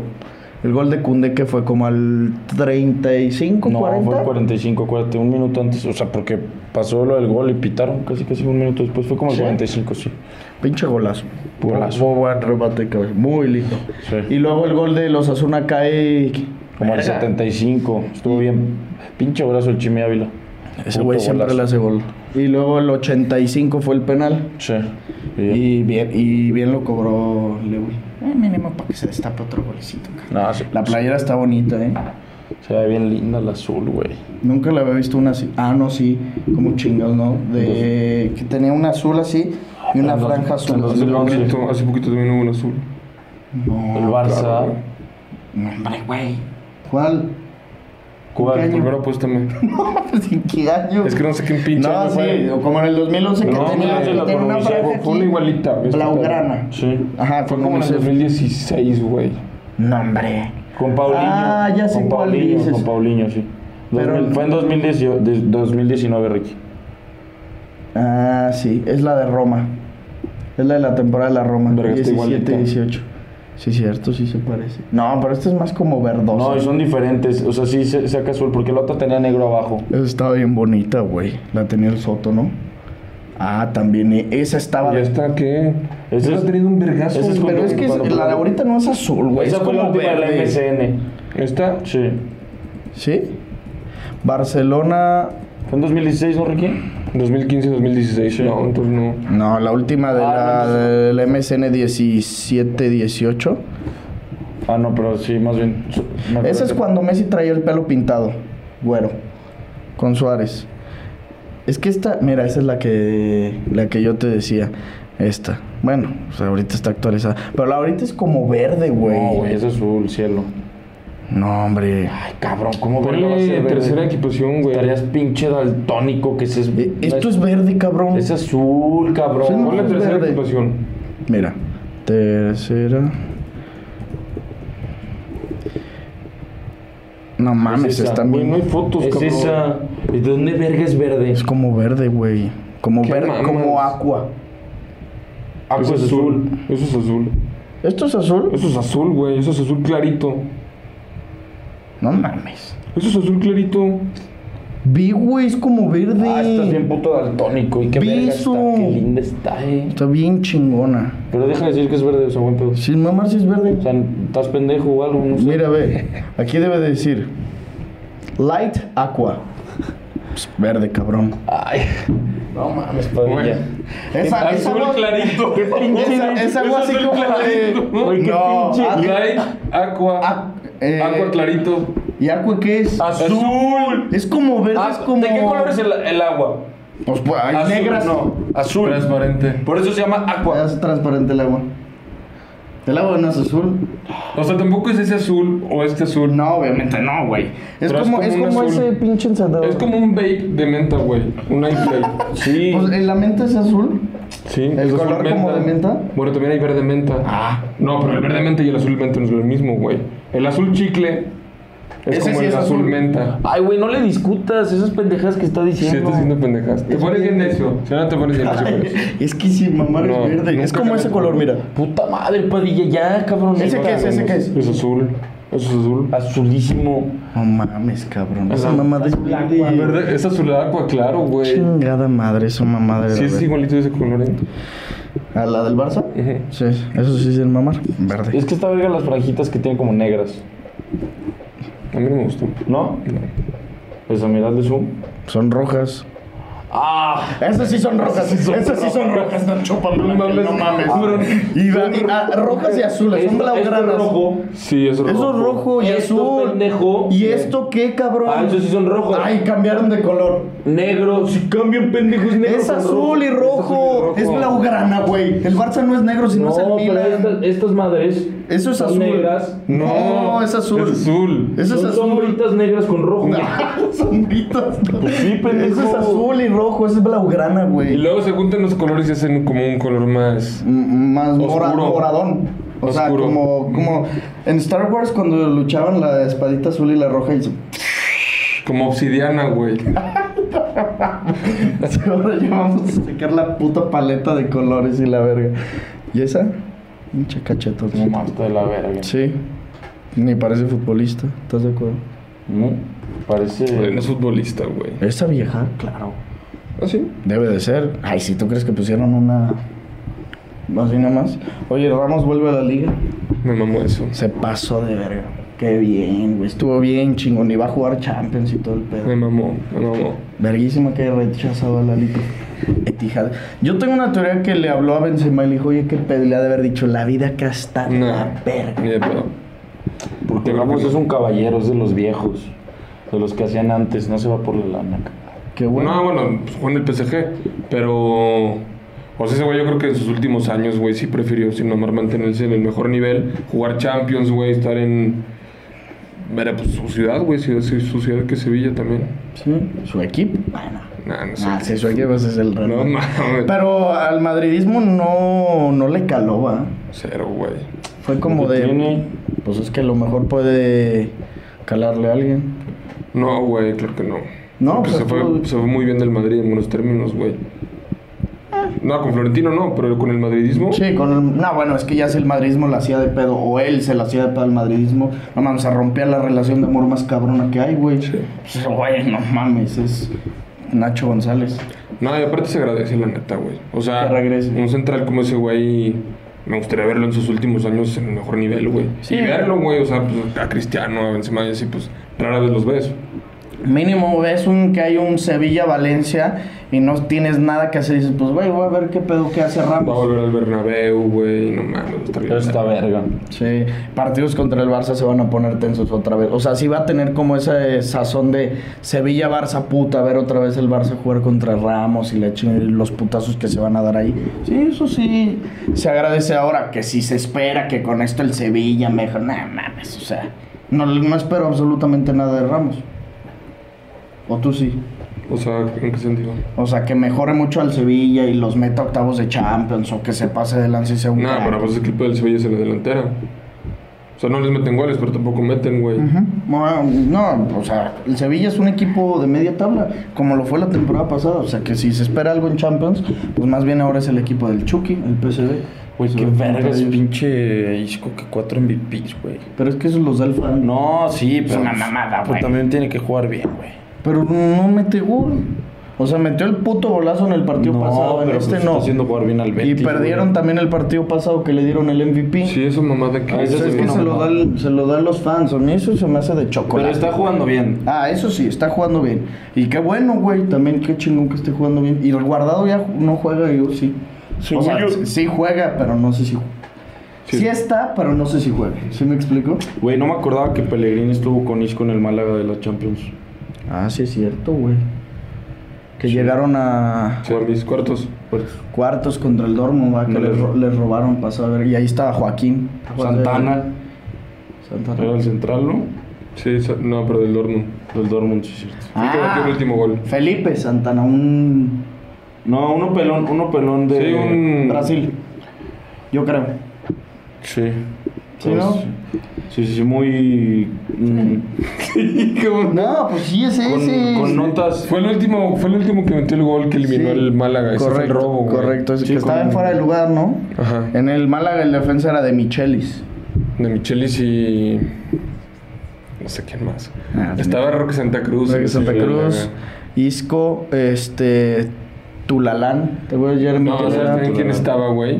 Speaker 2: El gol de Cundé que fue como al 35,
Speaker 3: No,
Speaker 2: 40.
Speaker 3: fue 45, acuérdate, un minuto antes, o sea, porque pasó lo del gol y pitaron casi casi un minuto después, fue como el
Speaker 2: ¿Sí?
Speaker 3: 45, sí.
Speaker 2: Pinche golazo.
Speaker 3: Golazo.
Speaker 2: Muy buen remate de cabeza. Muy lindo. Y
Speaker 3: Sí.
Speaker 2: luego el gol de los Asuna cae.
Speaker 3: Como el 75, estuvo bien. Pinche brazo el Chimi Ávila.
Speaker 2: Ese güey
Speaker 3: Puto
Speaker 2: siempre
Speaker 3: golazo.
Speaker 2: le hace gol. Y luego el 85 fue el penal.
Speaker 3: Sí. Y-
Speaker 2: Y bien, y bien lo cobró Lewy. Eh, mínimo para que se destape otro golecito. cara.
Speaker 3: No, se,
Speaker 2: La playera está bonita, ¿eh?
Speaker 3: se ve bien linda el azul, güey.
Speaker 2: Nunca la había visto una así. Ah, no, sí. Como chingados, ¿no? De que tenía una azul así y una
Speaker 3: En dos-
Speaker 2: franja
Speaker 3: en
Speaker 2: azul.
Speaker 3: dos-
Speaker 4: Hace poquito, hace poquito también hubo un azul.
Speaker 2: No.
Speaker 3: el Barça.
Speaker 4: claro,
Speaker 3: Hombre, güey.
Speaker 2: ¿Cuál?
Speaker 3: ¿Cuál?
Speaker 2: ¿Qué año?
Speaker 4: Primero
Speaker 3: pues,
Speaker 4: apuéstame.
Speaker 2: pues, ¿En qué año?
Speaker 4: Es que no sé quién pinche.
Speaker 2: No,
Speaker 4: año fue.
Speaker 2: sí, o como en el 2011 que
Speaker 3: No,
Speaker 2: tenía,
Speaker 3: hombre,
Speaker 2: que tenía una
Speaker 3: la economía
Speaker 2: frase
Speaker 4: Fue, fue una
Speaker 2: aquí.
Speaker 4: igualita. ¿ves?
Speaker 2: Blaugrana.
Speaker 3: Sí.
Speaker 2: Ajá,
Speaker 4: Fue
Speaker 2: con
Speaker 4: como en el
Speaker 2: UNICEF.
Speaker 4: 2016, güey.
Speaker 2: No, hombre.
Speaker 3: Con Paulinho.
Speaker 2: Ah, ya sé
Speaker 3: con
Speaker 2: cuál
Speaker 3: Paulinho,
Speaker 2: dices.
Speaker 3: Con Paulinho, sí.
Speaker 2: Pero-
Speaker 3: 2000 fue en 2018 de- 2019, Ricky.
Speaker 2: Ah, sí, es la de Roma. Es la de la temporada de la Roma.
Speaker 3: Verga, está
Speaker 2: 17,
Speaker 3: igualita.
Speaker 2: 18. Sí, cierto, sí se parece. No, pero este es más como verdoso.
Speaker 3: No, y son diferentes. O sea, sí, se- saca azul, porque la otra tenía negro abajo.
Speaker 2: Esa estaba bien bonita, güey. La tenía el Soto, ¿no? Ah, también. eh, Esa estaba
Speaker 4: ¿Y
Speaker 2: de...
Speaker 4: esta qué?
Speaker 3: Ese
Speaker 4: Esta
Speaker 3: es-
Speaker 4: ha tenido un vergazo.
Speaker 3: ese es
Speaker 4: güey.
Speaker 2: Pero es que
Speaker 3: Cuando-
Speaker 2: la de ahorita no es azul, güey.
Speaker 3: Esa
Speaker 2: es
Speaker 3: fue la
Speaker 2: como
Speaker 3: última de la
Speaker 2: verde.
Speaker 3: MSN.
Speaker 4: Esta.
Speaker 3: Sí.
Speaker 2: ¿Sí? Barcelona...
Speaker 3: Fue en 2016, ¿no, Ricky?
Speaker 4: 2015-2016. No, entonces no.
Speaker 2: No, la última de
Speaker 3: Ah,
Speaker 2: la, de la MSN 17-18.
Speaker 3: Ah, no, pero sí, más bien. su- me acuerdo
Speaker 2: Ese es
Speaker 3: que-
Speaker 2: cuando Messi traía el pelo pintado, güero, con Suárez. Es que esta, mira, esa es la que, la que yo te decía. Esta. Bueno, o sea, ahorita está actualizada. Pero la ahorita es como verde, güey.
Speaker 3: No,
Speaker 2: No,
Speaker 3: güey, es azul, cielo.
Speaker 2: hombre.
Speaker 3: Ay, cabrón, ¿cómo verga va a
Speaker 4: Ponle
Speaker 3: ser verde?
Speaker 4: tercera equipación, güey.
Speaker 3: Estarías pinche daltónico que ese es...
Speaker 2: Eh, Esto es verde, cabrón.
Speaker 3: Es azul,
Speaker 2: Sí,
Speaker 3: cabrón.
Speaker 2: no.
Speaker 4: Ponle
Speaker 2: Pues es
Speaker 4: tercera
Speaker 2: verde.
Speaker 4: equipación.
Speaker 2: Mira, tercera. No mames,
Speaker 3: esa.
Speaker 2: están
Speaker 4: Güey,
Speaker 2: bien.
Speaker 4: no hay fotos,
Speaker 3: Es
Speaker 4: cabrón.
Speaker 3: esa... ¿De dónde verga es verde?
Speaker 2: Es como verde, güey. Como
Speaker 4: ¿Qué
Speaker 2: verde,
Speaker 4: mamas?
Speaker 2: como aqua.
Speaker 3: Ah,
Speaker 4: Eso
Speaker 3: pues
Speaker 4: es azul. Eso es azul.
Speaker 2: ¿Esto es azul?
Speaker 4: Eso es azul, güey. Eso es azul clarito.
Speaker 2: No mames.
Speaker 4: Eso es azul clarito.
Speaker 2: Vi, güey, es como verde.
Speaker 3: Ah, estás bien puto daltónico. Y qué verga
Speaker 2: Beso.
Speaker 3: está. Qué linda está, eh.
Speaker 2: Está bien chingona.
Speaker 3: Pero deja de decir que es verde, o sea, buen pedo.
Speaker 2: Sin mamar, si es verde.
Speaker 3: O sea, estás pendejo o algo, no sé.
Speaker 2: Mira, ve. Aquí debe de decir: Light Aqua. Pues, verde, cabrón.
Speaker 3: Ay. No mames,
Speaker 2: Pues,
Speaker 3: Padilla.
Speaker 2: Esa, esa
Speaker 4: Azul
Speaker 2: agua-
Speaker 4: clarito.
Speaker 2: Esa, esa agua así
Speaker 4: azul
Speaker 2: como de.
Speaker 4: clarito. Güey,
Speaker 3: qué
Speaker 2: No,
Speaker 3: pinche-
Speaker 2: ah,
Speaker 4: Light, aqua.
Speaker 2: Ah, eh,
Speaker 4: aqua clarito.
Speaker 2: ¿Y aqua qué es?
Speaker 3: Azul.
Speaker 2: Es como verde, es
Speaker 3: Ah,
Speaker 2: como.
Speaker 3: ¿De qué color es el, el agua?
Speaker 2: Pues, pues, hay
Speaker 3: Azul,
Speaker 2: negras.
Speaker 3: No, azul.
Speaker 4: Transparente.
Speaker 3: Por eso se llama agua.
Speaker 2: Es transparente el agua. El agua no es azul.
Speaker 4: O sea, tampoco es ese azul o este azul.
Speaker 2: No, obviamente no, güey. Es
Speaker 4: Pero es
Speaker 2: como,
Speaker 4: como
Speaker 2: es
Speaker 4: un
Speaker 2: como
Speaker 4: azul.
Speaker 2: ese pinche encendedor.
Speaker 4: Es como un vape de menta, güey. Un ice vape.
Speaker 3: Sí.
Speaker 2: Pues, ¿en la menta es azul?
Speaker 4: Sí.
Speaker 2: ¿El
Speaker 4: es azul
Speaker 2: color como de menta?
Speaker 4: Bueno, también hay verde menta.
Speaker 2: Ah.
Speaker 4: No, pero el verde menta y el azul menta no es lo mismo, güey. El azul chicle es
Speaker 2: Ese
Speaker 4: como
Speaker 2: sí
Speaker 4: el
Speaker 2: es
Speaker 4: azul,
Speaker 2: azul. Ah,
Speaker 4: menta.
Speaker 3: Ay, güey, no le discutas esas pendejas que está
Speaker 4: Sí,
Speaker 3: diciendo.
Speaker 4: estás haciendo pendejas. Te pones bien necio. Si no te pones bien necio. güey.
Speaker 2: Es que si mamar
Speaker 4: No,
Speaker 2: es verde.
Speaker 4: nunca
Speaker 2: Es como ese
Speaker 4: cambia.
Speaker 2: color, mira.
Speaker 3: Puta madre, Padilla, ya, cabrón.
Speaker 2: ¿Ese
Speaker 3: Ya,
Speaker 2: qué es? ¿Ese qué es?
Speaker 4: Es azul. Eso es azul.
Speaker 3: Azulísimo.
Speaker 2: No mames, cabrón. Esa
Speaker 4: Ajá.
Speaker 2: mamada es verde.
Speaker 4: Verde, es azul agua, claro, güey.
Speaker 2: Chingada madre, esa mamada era
Speaker 4: Sí, es
Speaker 2: verde.
Speaker 4: igualito ese color, ¿eh?
Speaker 2: ¿A la del Barça? Sí, eso sí es el mamar. Verde.
Speaker 3: Es que esta verga las franjitas que tienen como negras.
Speaker 4: A mí no me gustó.
Speaker 3: ¿No? Pues a mirar de zoom.
Speaker 2: Son rojas.
Speaker 3: ¡Ah!
Speaker 2: Esas sí son rojas. Esas sí son rojas. No chúpame. No mames. No mames. Este, Y va- y- ah, rojas y azules. Son
Speaker 3: Esto- esto
Speaker 2: blaugranas.
Speaker 3: es rojo.
Speaker 4: Sí, es rojo.
Speaker 2: Eso es rojo y
Speaker 3: Esto,
Speaker 2: azul.
Speaker 3: pendejo.
Speaker 2: ¿Y esto qué, cabrón?
Speaker 3: Ah, esos sí son rojos.
Speaker 2: Ay, cambiaron de color.
Speaker 3: Negro. Si cambian pendejos negros.
Speaker 2: Es azul y rojo.
Speaker 4: rojo.
Speaker 2: Es blaugrana, güey. El Barça no es negro, sino
Speaker 3: No,
Speaker 2: es el
Speaker 3: pero
Speaker 2: Milan.
Speaker 3: estas, estas madres.
Speaker 2: Eso es
Speaker 3: son
Speaker 2: azul.
Speaker 3: negras.
Speaker 4: No,
Speaker 2: No, es azul.
Speaker 4: Es azul.
Speaker 2: Eso es
Speaker 3: son
Speaker 2: azul.
Speaker 3: sombritas negras con rojo.
Speaker 2: No, sombritas.
Speaker 3: sí, pendejo.
Speaker 2: Eso es azul y rojo. Eso es blaugrana,
Speaker 4: Pues Y
Speaker 2: güey.
Speaker 4: luego se juntan los colores y hacen como un color más.
Speaker 2: M- Más mora-
Speaker 4: Oscuro.
Speaker 2: moradón. O sea,
Speaker 4: Oscuro.
Speaker 2: como, como en Star Wars cuando luchaban la espadita azul y la roja y se,
Speaker 4: Como obsidiana, güey.
Speaker 2: ahora ya vamos a sacar la puta paleta de colores y la verga. ¿Y esa? Un chacacheto.
Speaker 3: No mames, está de la verga.
Speaker 2: Sí. Ni parece futbolista, ¿estás de acuerdo?
Speaker 3: ¿No? Parece.
Speaker 4: Güey, No es futbolista, güey.
Speaker 2: Esa vieja, claro.
Speaker 4: ¿Ah, sí?
Speaker 2: Debe de ser. Ay, si tú crees que pusieron una. Así nomás. Oye, Ramos vuelve a la liga.
Speaker 4: Me mamó eso.
Speaker 2: Se pasó de verga. Qué bien, güey. Estuvo bien chingón. Iba a jugar Champions y todo el
Speaker 4: Me
Speaker 2: pedo.
Speaker 4: mamó, me mamó.
Speaker 2: Verguísima que haya rechazado a Lalito. Etijada. Yo tengo una teoría que le habló a Benzema y le dijo, oye, qué pedo. Y Le ha de haber dicho, la vida acá está de
Speaker 4: No.
Speaker 2: la verga.
Speaker 4: Ni de pedo.
Speaker 3: Porque
Speaker 4: Yo creo
Speaker 3: Ramos
Speaker 4: que
Speaker 3: es
Speaker 4: no.
Speaker 3: un caballero, es de los viejos. De los que hacían antes. No se va por la lana.
Speaker 4: ah,
Speaker 2: Qué bueno.
Speaker 4: No, bueno, pues, jugó en el PSG. Pero. O sea, ese güey yo creo que en sus últimos años, güey, sí prefirió sin nomás mantenerse en el mejor nivel, jugar Champions, güey, estar en... Mira, pues su ciudad, güey, ciudad- su ciudad que es Sevilla también.
Speaker 2: Sí, Su equipo. Bueno.
Speaker 4: Nah, no sé.
Speaker 2: Ah, sí, su equipo ese es el Real
Speaker 4: No
Speaker 2: Madrid.
Speaker 4: mames.
Speaker 2: Pero al madridismo no, no le caló, ¿va?
Speaker 4: Cero, güey.
Speaker 2: Fue como
Speaker 3: que
Speaker 2: de.
Speaker 3: tiene.
Speaker 2: Pues es que a lo mejor puede calarle a alguien.
Speaker 4: No, güey, claro que no.
Speaker 2: No,
Speaker 4: Porque
Speaker 2: pues,
Speaker 4: se, fue,
Speaker 2: tú-
Speaker 4: se fue muy bien del Madrid en buenos términos, güey. No, con Florentino no, pero con el madridismo.
Speaker 2: Eh. Sí, con el- No, bueno, es que ya si el madridismo la hacía de pedo, o él se la hacía de pedo al madridismo, no mames, se rompía la relación de amor más cabrona que hay, güey.
Speaker 4: Sí.
Speaker 2: Pues, Güey, no mames, es Nacho González.
Speaker 4: No, y aparte se agradece la neta, güey. O sea,
Speaker 2: Que regrese.
Speaker 4: un central como ese güey, me gustaría verlo en sus últimos años en el mejor nivel, güey.
Speaker 2: Sí.
Speaker 4: Y verlo, güey, o sea, pues, a Cristiano, a Benzema y así, pues rara vez los ves.
Speaker 2: Mínimo ves un que hay un Sevilla-Valencia y no tienes nada que hacer, dices, pues güey, voy a ver qué pedo que hace
Speaker 4: Va a
Speaker 2: Ramos.
Speaker 4: volver al Bernabéu, güey, no mames, va a estar bien.
Speaker 3: Pero está verga.
Speaker 2: Sí, partidos contra el Barça se van a poner tensos otra vez. O sea, sí va a tener como ese sazón de Sevilla-Barça puta, ver otra vez el Barça jugar contra Ramos y la chingada y los putazos que se van a dar ahí. Sí, eso sí. Se agradece ahora que si se espera que con esto el Sevilla mejor. Nah, mames, o sea, no, no espero absolutamente nada de Ramos. O tú sí.
Speaker 4: O sea, ¿en qué sentido?
Speaker 2: O sea, que mejore mucho al Sevilla y los meta a octavos de Champions o que se pase de lanza y sea un.
Speaker 4: Nada,
Speaker 2: crack.
Speaker 4: para pues el equipo del Sevilla es en la delantera. O sea, no les meten goles, pero tampoco meten, güey.
Speaker 2: Ujú. Bueno, No, o sea, el Sevilla es un equipo de media tabla, como lo fue la temporada pasada. O sea, que si se espera algo en Champions, pues más bien ahora es el equipo del Chucky, el PSV.
Speaker 3: Güey, qué
Speaker 2: Se va
Speaker 3: verga
Speaker 2: contra
Speaker 3: es
Speaker 2: ellos.
Speaker 3: pinche Isco que cuatro MVPs, güey.
Speaker 2: Pero es que esos los da el fan.
Speaker 3: No, sí, pero.
Speaker 2: una mamada,
Speaker 3: pero
Speaker 2: güey.
Speaker 3: también tiene que jugar bien, güey.
Speaker 2: Pero no mete gol. O sea, metió el puto golazo en el partido pasado, en
Speaker 3: pero
Speaker 2: este
Speaker 3: pues
Speaker 2: no.
Speaker 3: Está haciendo jugar bien al
Speaker 2: y
Speaker 3: Betis.
Speaker 2: perdieron
Speaker 3: güey.
Speaker 2: también el partido pasado que le dieron el MVP.
Speaker 4: Sí, eso mamada que...
Speaker 3: Ah, eso
Speaker 2: Eso es
Speaker 3: sí,
Speaker 2: que
Speaker 3: no,
Speaker 2: se lo,
Speaker 3: no.
Speaker 2: da el- se lo dan los fans. A mí eso se me hace de chocolate.
Speaker 3: Pero está jugando bien.
Speaker 2: Ah, eso sí, está jugando bien. Y qué bueno, güey, también qué chingón que esté jugando bien. Y el guardado ya ju- no juega, yo sí. o sea, sí- sí juega, pero no sé si... Sí.
Speaker 4: Sí.
Speaker 2: está, pero no sé si juega. ¿Sí me explico?
Speaker 3: Güey, no me acordaba que Pellegrini estuvo con Isco en el Málaga de la Champions.
Speaker 2: Ah, sí es cierto, güey. Que llegaron a
Speaker 4: Sí, a mis cuartos.
Speaker 2: Pues, cuartos contra el Dortmund, va, que
Speaker 3: No
Speaker 2: les,
Speaker 3: les-
Speaker 2: ro- les robaron, pasó a ver. Y ahí estaba Joaquín.
Speaker 3: Santana era
Speaker 2: Santana.
Speaker 3: el central, ¿no?
Speaker 4: Sí, esa- no, pero del Dortmund.
Speaker 3: Del Dortmund, sí, cierto.
Speaker 4: que metió el último gol.
Speaker 2: Ah, Felipe Santana, un
Speaker 3: No, uno pelón, uno pelón de.
Speaker 4: Sí, un...
Speaker 2: Brasil. Yo creo.
Speaker 3: Sí.
Speaker 2: Sí, ¿no?
Speaker 3: Sí, sí, sí, muy. mm,
Speaker 2: No, pues sí es
Speaker 3: con,
Speaker 2: ese.
Speaker 3: con notas.
Speaker 4: Fue el último, fue el último que metió el gol que eliminó
Speaker 2: Sí.
Speaker 4: el Málaga. Ese fue el
Speaker 2: Correcto,
Speaker 4: robo, güey.
Speaker 2: correcto. Es
Speaker 3: Sí,
Speaker 2: que estaba
Speaker 3: con-
Speaker 2: en fuera de lugar, ¿no?
Speaker 4: Ajá.
Speaker 2: En el Málaga el defensa era de Michelis.
Speaker 4: De Michelis y... No sé quién más.
Speaker 2: Ah,
Speaker 4: Estaba Roque Santa Cruz.
Speaker 2: Roque
Speaker 4: en ese
Speaker 2: Santa
Speaker 4: Málaga.
Speaker 2: Cruz, Isco, este Tulalán, te voy a decir
Speaker 4: No, ¿sabes también quién estaba, güey?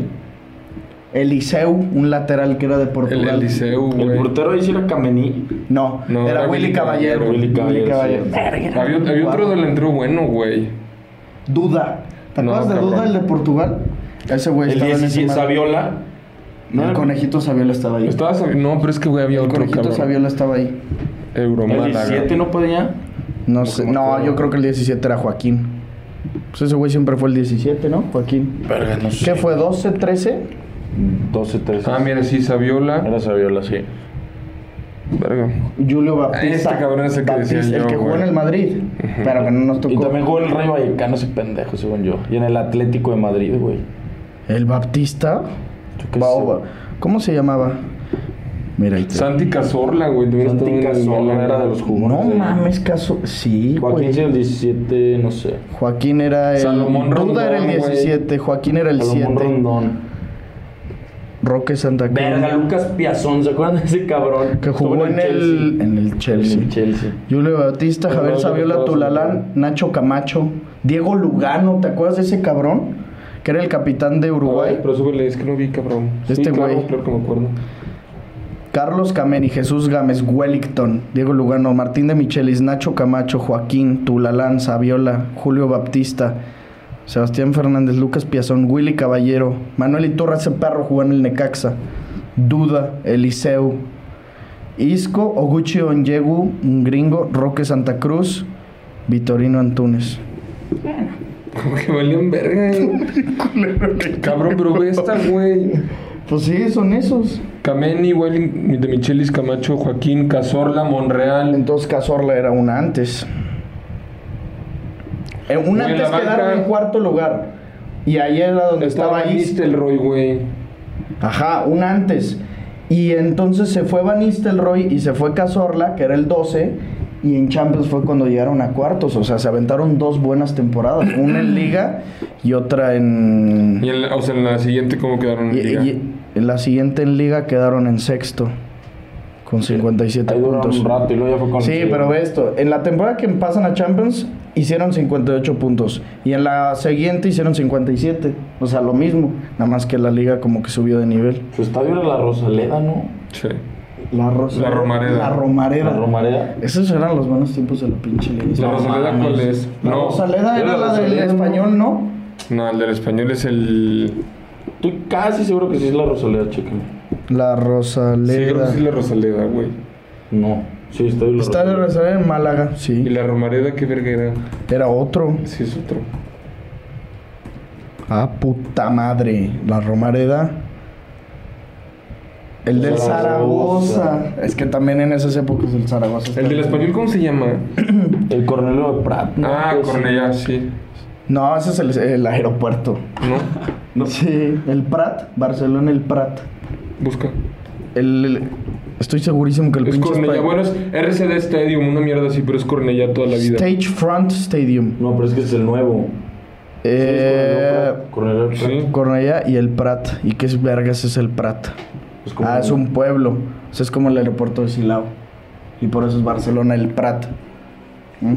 Speaker 2: Eliseu, un lateral que era de
Speaker 4: El
Speaker 2: Portugal.
Speaker 4: Eliseu,
Speaker 3: El
Speaker 4: güey.
Speaker 3: portero ahí sí era Camení.
Speaker 2: No,
Speaker 4: No,
Speaker 2: era, Willy Caballero.
Speaker 3: Willy Caballero, sí.
Speaker 2: Verga,
Speaker 4: Había, había otro delantero bueno, güey.
Speaker 2: Duda. ¿Te
Speaker 4: No,
Speaker 2: acuerdas de
Speaker 4: cabrón.
Speaker 2: Duda, el de Portugal? Ese güey
Speaker 3: El
Speaker 2: estaba en
Speaker 3: 17
Speaker 2: ese mar-
Speaker 3: Saviola. ¿no?
Speaker 2: El conejito Saviola estaba ahí.
Speaker 4: Estaba Sabi- No, pero es que, güey, había
Speaker 2: El
Speaker 4: otro
Speaker 2: conejito
Speaker 4: cabrón.
Speaker 2: Saviola estaba ahí.
Speaker 3: El
Speaker 4: Euromálaga.
Speaker 3: 17 no podía.
Speaker 2: No sé,
Speaker 4: me
Speaker 2: no,
Speaker 4: acuerdo.
Speaker 2: yo creo que el 17 era Joaquín. Pues ese güey siempre fue el 17, ¿no? Joaquín.
Speaker 3: Verga, no
Speaker 2: ¿Qué fue? ¿12, 13?
Speaker 3: 12, 13.
Speaker 4: Ah, mira, sí, Saviola.
Speaker 3: Era Saviola, sí.
Speaker 4: Verga.
Speaker 2: Julio Baptista.
Speaker 4: Este cabrón es el que decía
Speaker 2: Baptista, el
Speaker 4: yo,
Speaker 2: que jugó
Speaker 4: güey.
Speaker 2: en el Madrid. Pero que no nos
Speaker 3: Y
Speaker 2: tocó.
Speaker 3: también jugó en el Rey Vallecano ese pendejo, según yo. Y en el Atlético de Madrid, güey.
Speaker 2: ¿El Baptista?
Speaker 3: Yo qué
Speaker 2: Va-
Speaker 3: sé.
Speaker 2: va- ¿Cómo se llamaba? Mira, ahí está.
Speaker 4: Santi Cazorla, güey. también
Speaker 3: Santi
Speaker 4: estuvo en el
Speaker 3: Cazorla
Speaker 4: Málaga.
Speaker 3: era de los
Speaker 2: No
Speaker 3: jugones, eh.
Speaker 2: mames, caso. Sí,
Speaker 3: Joaquín
Speaker 2: güey.
Speaker 3: sí, el 17, no sé.
Speaker 2: Joaquín era el.
Speaker 4: Salomón
Speaker 2: Duda
Speaker 4: Rondón,
Speaker 2: era el
Speaker 4: güey.
Speaker 2: 17, Joaquín era el
Speaker 3: Salomón
Speaker 2: 7.
Speaker 3: Rondón.
Speaker 2: Roque Santa Cruz.
Speaker 3: Verga, Lucas Piazón, ¿se acuerdan de ese cabrón?
Speaker 2: Que jugó
Speaker 3: Estuvo
Speaker 2: en el, en el Chelsea.
Speaker 3: Chelsea. En el Chelsea.
Speaker 2: Julio Bautista,
Speaker 3: Pero
Speaker 2: Javier
Speaker 3: no, yo
Speaker 2: Saviola
Speaker 3: creo que
Speaker 2: Tulalán, Nacho Camacho, Diego Lugano, ¿te acuerdas de ese cabrón? Que era el capitán de
Speaker 4: Ay,
Speaker 2: Uruguay.
Speaker 4: pero súbele, es que no vi, cabrón.
Speaker 2: Este
Speaker 4: claro,
Speaker 2: güey.
Speaker 4: Claro que me acuerdo.
Speaker 2: Carlos Cameni, Jesús Gámez, Wellington, Diego Lugano, Martín de Michelis, Nacho Camacho, Joaquín, Tulalán, Saviola, Julio Baptista, Sebastián Fernández, Lucas Piazón, Willy Caballero, Manuel Iturra, ese perro jugó en el Necaxa, Duda, Eliseu, Isco, Oguchi Onyegu, un gringo, Roque Santa Cruz, Vitorino Antunes.
Speaker 5: Como que valían verga, eh. Cabrón, pero ve esta, güey.
Speaker 2: Pues sí, son esos.
Speaker 4: Kameni, Welling, de Michelis, Camacho, Joaquín, Cazorla, Monreal.
Speaker 2: Entonces Cazorla era una antes. Eh, una
Speaker 4: Güey,
Speaker 2: antes
Speaker 4: la banca-
Speaker 2: quedaron en cuarto lugar. Y ahí era donde estaba
Speaker 5: Estaba
Speaker 2: Isla.
Speaker 5: Roy, güey.
Speaker 2: Ajá, un antes. Y entonces se fue Van Nistelrooy y se fue Cazorla, que era el 12. Y en Champions fue cuando llegaron a cuartos. O sea, se aventaron dos buenas temporadas. Una en Liga y otra en...
Speaker 4: Y en la, o sea, en la siguiente, ¿cómo quedaron en
Speaker 2: y-
Speaker 4: liga?
Speaker 2: y- en la siguiente en Liga quedaron en sexto. Con 57
Speaker 3: Ahí duraron
Speaker 2: puntos.
Speaker 3: un rato y luego ya fue con...
Speaker 2: Sí, pero ve esto. En la temporada que pasan a Champions hicieron 58 puntos. Y en la siguiente hicieron 57. O sea, lo mismo. Nada más que la liga como que subió de nivel.
Speaker 3: Su estadio era la Rosaleda, ¿no?
Speaker 4: Sí.
Speaker 2: La, Rosa-
Speaker 4: La Romareda.
Speaker 2: La Romareda.
Speaker 3: La Romareda.
Speaker 2: Esos eran los buenos tiempos de la pinche liga.
Speaker 4: ¿La
Speaker 3: No
Speaker 4: Rosaleda
Speaker 3: mames.
Speaker 4: cuál es?
Speaker 2: La
Speaker 4: No,
Speaker 2: Rosaleda
Speaker 3: Era
Speaker 2: era
Speaker 3: la
Speaker 2: la del
Speaker 3: Rosaleda, ¿no?
Speaker 2: español, ¿no?
Speaker 4: no, el del español es el.
Speaker 3: Estoy casi seguro que sí es la Rosaleda, chéquenme.
Speaker 2: La
Speaker 4: Sí, creo que
Speaker 2: Rosaleda.
Speaker 4: sí es la Rosaleda, güey.
Speaker 3: No. Sí, estadio la
Speaker 2: Está la
Speaker 3: Rosaleda.
Speaker 2: Rosaleda en Málaga,
Speaker 4: ¿Y
Speaker 2: sí.
Speaker 4: la Romareda qué verga era?
Speaker 2: Era otro.
Speaker 4: Sí, es otro.
Speaker 2: Ah, puta madre. La Romareda. El del
Speaker 3: Zaragoza.
Speaker 2: Zaragoza. Es que también en esas épocas el Zaragoza.
Speaker 4: ¿El
Speaker 2: estaba-
Speaker 4: del español cómo se llama?
Speaker 3: El Cornelio de Prat. ¿no?
Speaker 4: Ah,
Speaker 3: Algo así.
Speaker 4: Cornellá, sí.
Speaker 2: No, ese es el, el aeropuerto.
Speaker 4: ¿No?
Speaker 2: Sí, el Prat, Barcelona, el Prat.
Speaker 4: Busca.
Speaker 2: El, el- estoy segurísimo que el
Speaker 4: Es
Speaker 2: pinche
Speaker 4: Cornellá.
Speaker 2: espa-
Speaker 4: Bueno, es RCD Stadium, una mierda así, pero es Cornellá toda la vida.
Speaker 2: Stage Front Stadium.
Speaker 3: No, pero es que es el nuevo.
Speaker 2: Eh,
Speaker 3: Cornelio de Prat.
Speaker 4: Sí.
Speaker 2: Cornellá y el Prat. ¿Y qué es vergas es el Prat?
Speaker 3: Es Pues como-
Speaker 2: Ah, es un pueblo. O sea, es como el aeropuerto de Silao. Y por eso es Barcelona, el Prat. ¿Mm?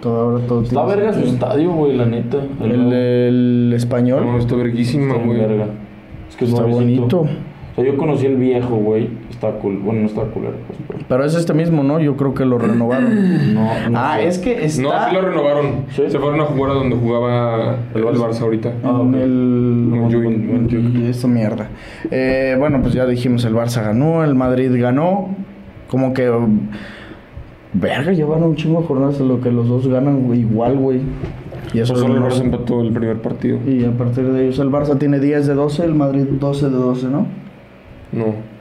Speaker 2: Todo ahora todo
Speaker 3: Está
Speaker 2: tiene
Speaker 3: verga su
Speaker 2: sentido.
Speaker 3: estadio, güey, la neta.
Speaker 2: El,
Speaker 3: nuevo.
Speaker 2: el
Speaker 4: No,
Speaker 2: español
Speaker 4: está verguísima,
Speaker 3: Está muy
Speaker 4: güey.
Speaker 3: verga. Es que es
Speaker 2: está
Speaker 3: nuevecito.
Speaker 2: bonito.
Speaker 3: O sea, yo conocí el viejo, güey. Está cool. Bueno, no está cool, pues, pero...
Speaker 2: Pero es este mismo, ¿no? Yo creo que lo renovaron.
Speaker 3: No, no
Speaker 2: Ah,
Speaker 3: sé.
Speaker 2: es que está
Speaker 4: No, sí lo renovaron.
Speaker 3: Sí.
Speaker 4: Se fueron a jugar a donde jugaba el Barça ahorita.
Speaker 2: en
Speaker 3: ok.
Speaker 2: el
Speaker 4: Montjuic,
Speaker 2: Montjuic, esa mierda. Eh, bueno, pues ya dijimos el Barça ganó, el Madrid ganó, como que um, verga llevaron un chingo de jornadas en lo que los dos ganan güey, igual, güey. Y eso
Speaker 4: Pues solo
Speaker 2: es
Speaker 4: el Barça
Speaker 2: lo más-
Speaker 4: empató el primer partido.
Speaker 2: y a partir de ellos el Barça tiene 10 de 12, el Madrid 12 de 12, ¿no?
Speaker 4: No.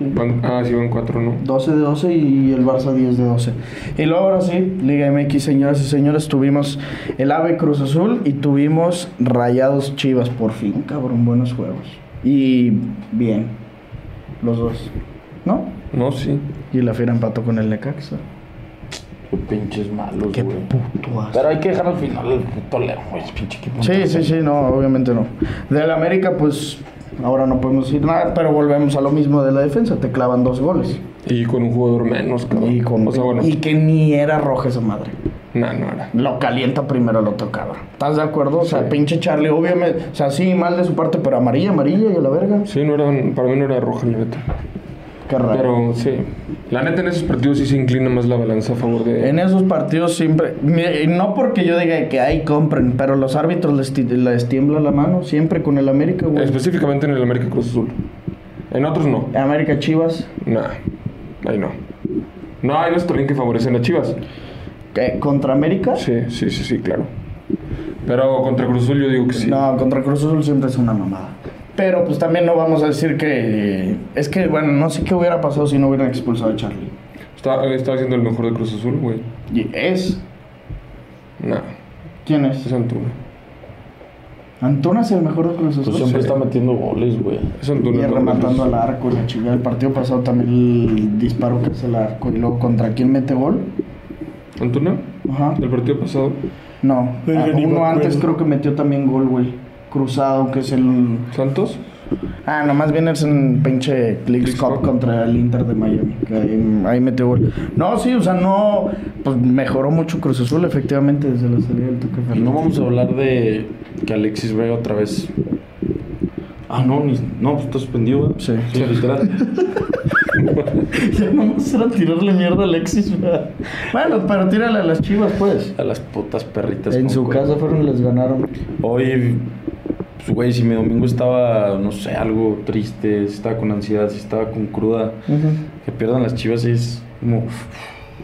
Speaker 4: Van- ah, sí, van cuatro, ¿no?
Speaker 2: 12 de 12 y el Barça 10 de 12. Y luego ahora sí, Liga MX, señoras y señores, tuvimos el AVE Cruz Azul y tuvimos Rayados Chivas por fin, cabrón, buenos juegos. Y bien, los dos, ¿no?
Speaker 4: No, sí.
Speaker 2: Y la fiera empató con el Necaxa.
Speaker 3: Qué pinches malos,
Speaker 2: Qué
Speaker 3: güey.
Speaker 2: puto asco.
Speaker 3: Pero hay que dejar al final el puto Leo, güey. Es pinche equipo.
Speaker 2: Sí, sí, sí, no, obviamente no. Del América, pues ahora no podemos decir nada, pero volvemos a lo mismo de la defensa, te clavan dos goles.
Speaker 4: Y con un jugador menos, cabrón.
Speaker 2: Y, con-
Speaker 4: O sea, Pues, bueno.
Speaker 2: y que ni era roja esa madre.
Speaker 4: No, no era.
Speaker 2: lo calienta primero el otro cabrón. ¿Estás de acuerdo? O sea, pinche Charlie, obviamente. O sea, sí, mal de su parte, pero amarilla, amarilla y a la verga.
Speaker 4: Sí, no era, para mí no era roja, la neta.
Speaker 2: Qué raro.
Speaker 4: Pero sí. La neta en esos partidos sí se inclina más la balanza a favor de.
Speaker 2: En esos partidos siempre. mira, y No porque yo diga que ahí compren, pero los árbitros les, ti- les tiembla la mano siempre con el América, güey.
Speaker 4: Específicamente en el América Cruz Azul. En otros no.
Speaker 2: América Chivas.
Speaker 4: Nah. Ahí no. No, hay nuestro link que favorecen a Chivas.
Speaker 2: ¿Qué? eh, ¿Contra América?
Speaker 4: Sí, sí, sí, sí, claro. Pero contra Cruz Azul yo digo que sí.
Speaker 2: No, contra Cruz Azul siempre es una mamada. Pero pues también no vamos a decir que. Es que, bueno, no sé qué hubiera pasado si no hubieran expulsado a Charlie.
Speaker 4: Está, está haciendo el mejor de Cruz Azul, güey.
Speaker 2: Y es.
Speaker 4: Nah.
Speaker 2: ¿Quién es?
Speaker 4: Es Antuna.
Speaker 2: Antuna es el mejor de Cruz Azul.
Speaker 3: Pues siempre está metiendo goles, güey.
Speaker 4: Es Antuna.
Speaker 2: Y
Speaker 4: no,
Speaker 2: rematando
Speaker 4: Cruz.
Speaker 2: al arco y la chingada. El partido pasado también el disparo que hace el arco. Y luego, ¿contra quién mete gol?
Speaker 4: ¿Antuna?
Speaker 2: Ajá.
Speaker 4: Del partido pasado.
Speaker 2: No. ah, uno antes creo que metió también gol, güey. Cruzado, que es el.
Speaker 4: ¿Santos?
Speaker 2: Ah, nomás viene es en pinche Clicks
Speaker 4: Clicks
Speaker 2: Cup
Speaker 4: Cup.
Speaker 2: contra el Inter de Miami. que ahí, ahí metió gol. No, sí, o sea, no. Pues mejoró mucho Cruz Azul, efectivamente, desde la salida del Tuca Fernández.
Speaker 3: No vamos a hablar de que Alexis Vega otra vez. Ah, no, ni- no, pues está suspendido, güey.
Speaker 2: Sí.
Speaker 3: Sí, literal.
Speaker 2: Ya nomás era tirarle mierda a Alexis, ¿verdad? Bueno, pero tírale a las chivas, pues.
Speaker 3: A las putas perritas.
Speaker 2: En
Speaker 3: con
Speaker 2: su
Speaker 3: cuerda.
Speaker 2: casa fueron y les ganaron.
Speaker 3: Hoy, pues, güey, si mi domingo estaba, no sé, algo triste, si estaba con ansiedad, si estaba con cruda, que pierdan las chivas es como.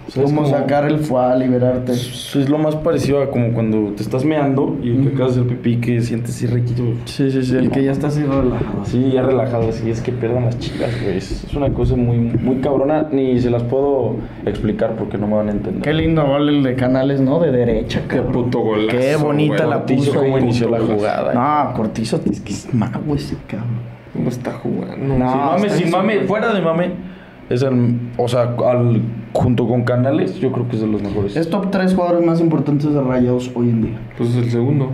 Speaker 3: O sea, es
Speaker 2: Como
Speaker 3: como-
Speaker 2: sacar el fue a liberarte.
Speaker 3: Eso es lo más parecido a como cuando te estás meando y que acabas de hacer pipí que sientes así riquito.
Speaker 2: Sí, sí, sí. El que ya está así relajado.
Speaker 3: Así ya relajado, así es que pierdan las chicas, güey. Es es una cosa muy, muy cabrona, ni se las puedo explicar porque no me van a entender.
Speaker 2: Qué lindo gol el de Canales, ¿no? De derecha,
Speaker 4: Qué
Speaker 2: cabrón.
Speaker 4: puto golazo.
Speaker 2: Qué bonita la
Speaker 4: Ortiz,
Speaker 2: puso,
Speaker 4: cómo
Speaker 2: güey.
Speaker 4: inició la
Speaker 3: Puto
Speaker 4: jugada.
Speaker 2: No, Cortizo, es que es mago ese cabrón.
Speaker 4: ¿Cómo está jugando?
Speaker 2: No,
Speaker 3: sin mame,
Speaker 2: está
Speaker 3: sin
Speaker 2: bien,
Speaker 3: mame,
Speaker 2: güey.
Speaker 3: fuera de mame. Es el, o sea, al, junto con Canales, yo creo que es de los mejores.
Speaker 2: Es top 3 jugadores más importantes de Rayados hoy en día.
Speaker 4: Pues es el segundo.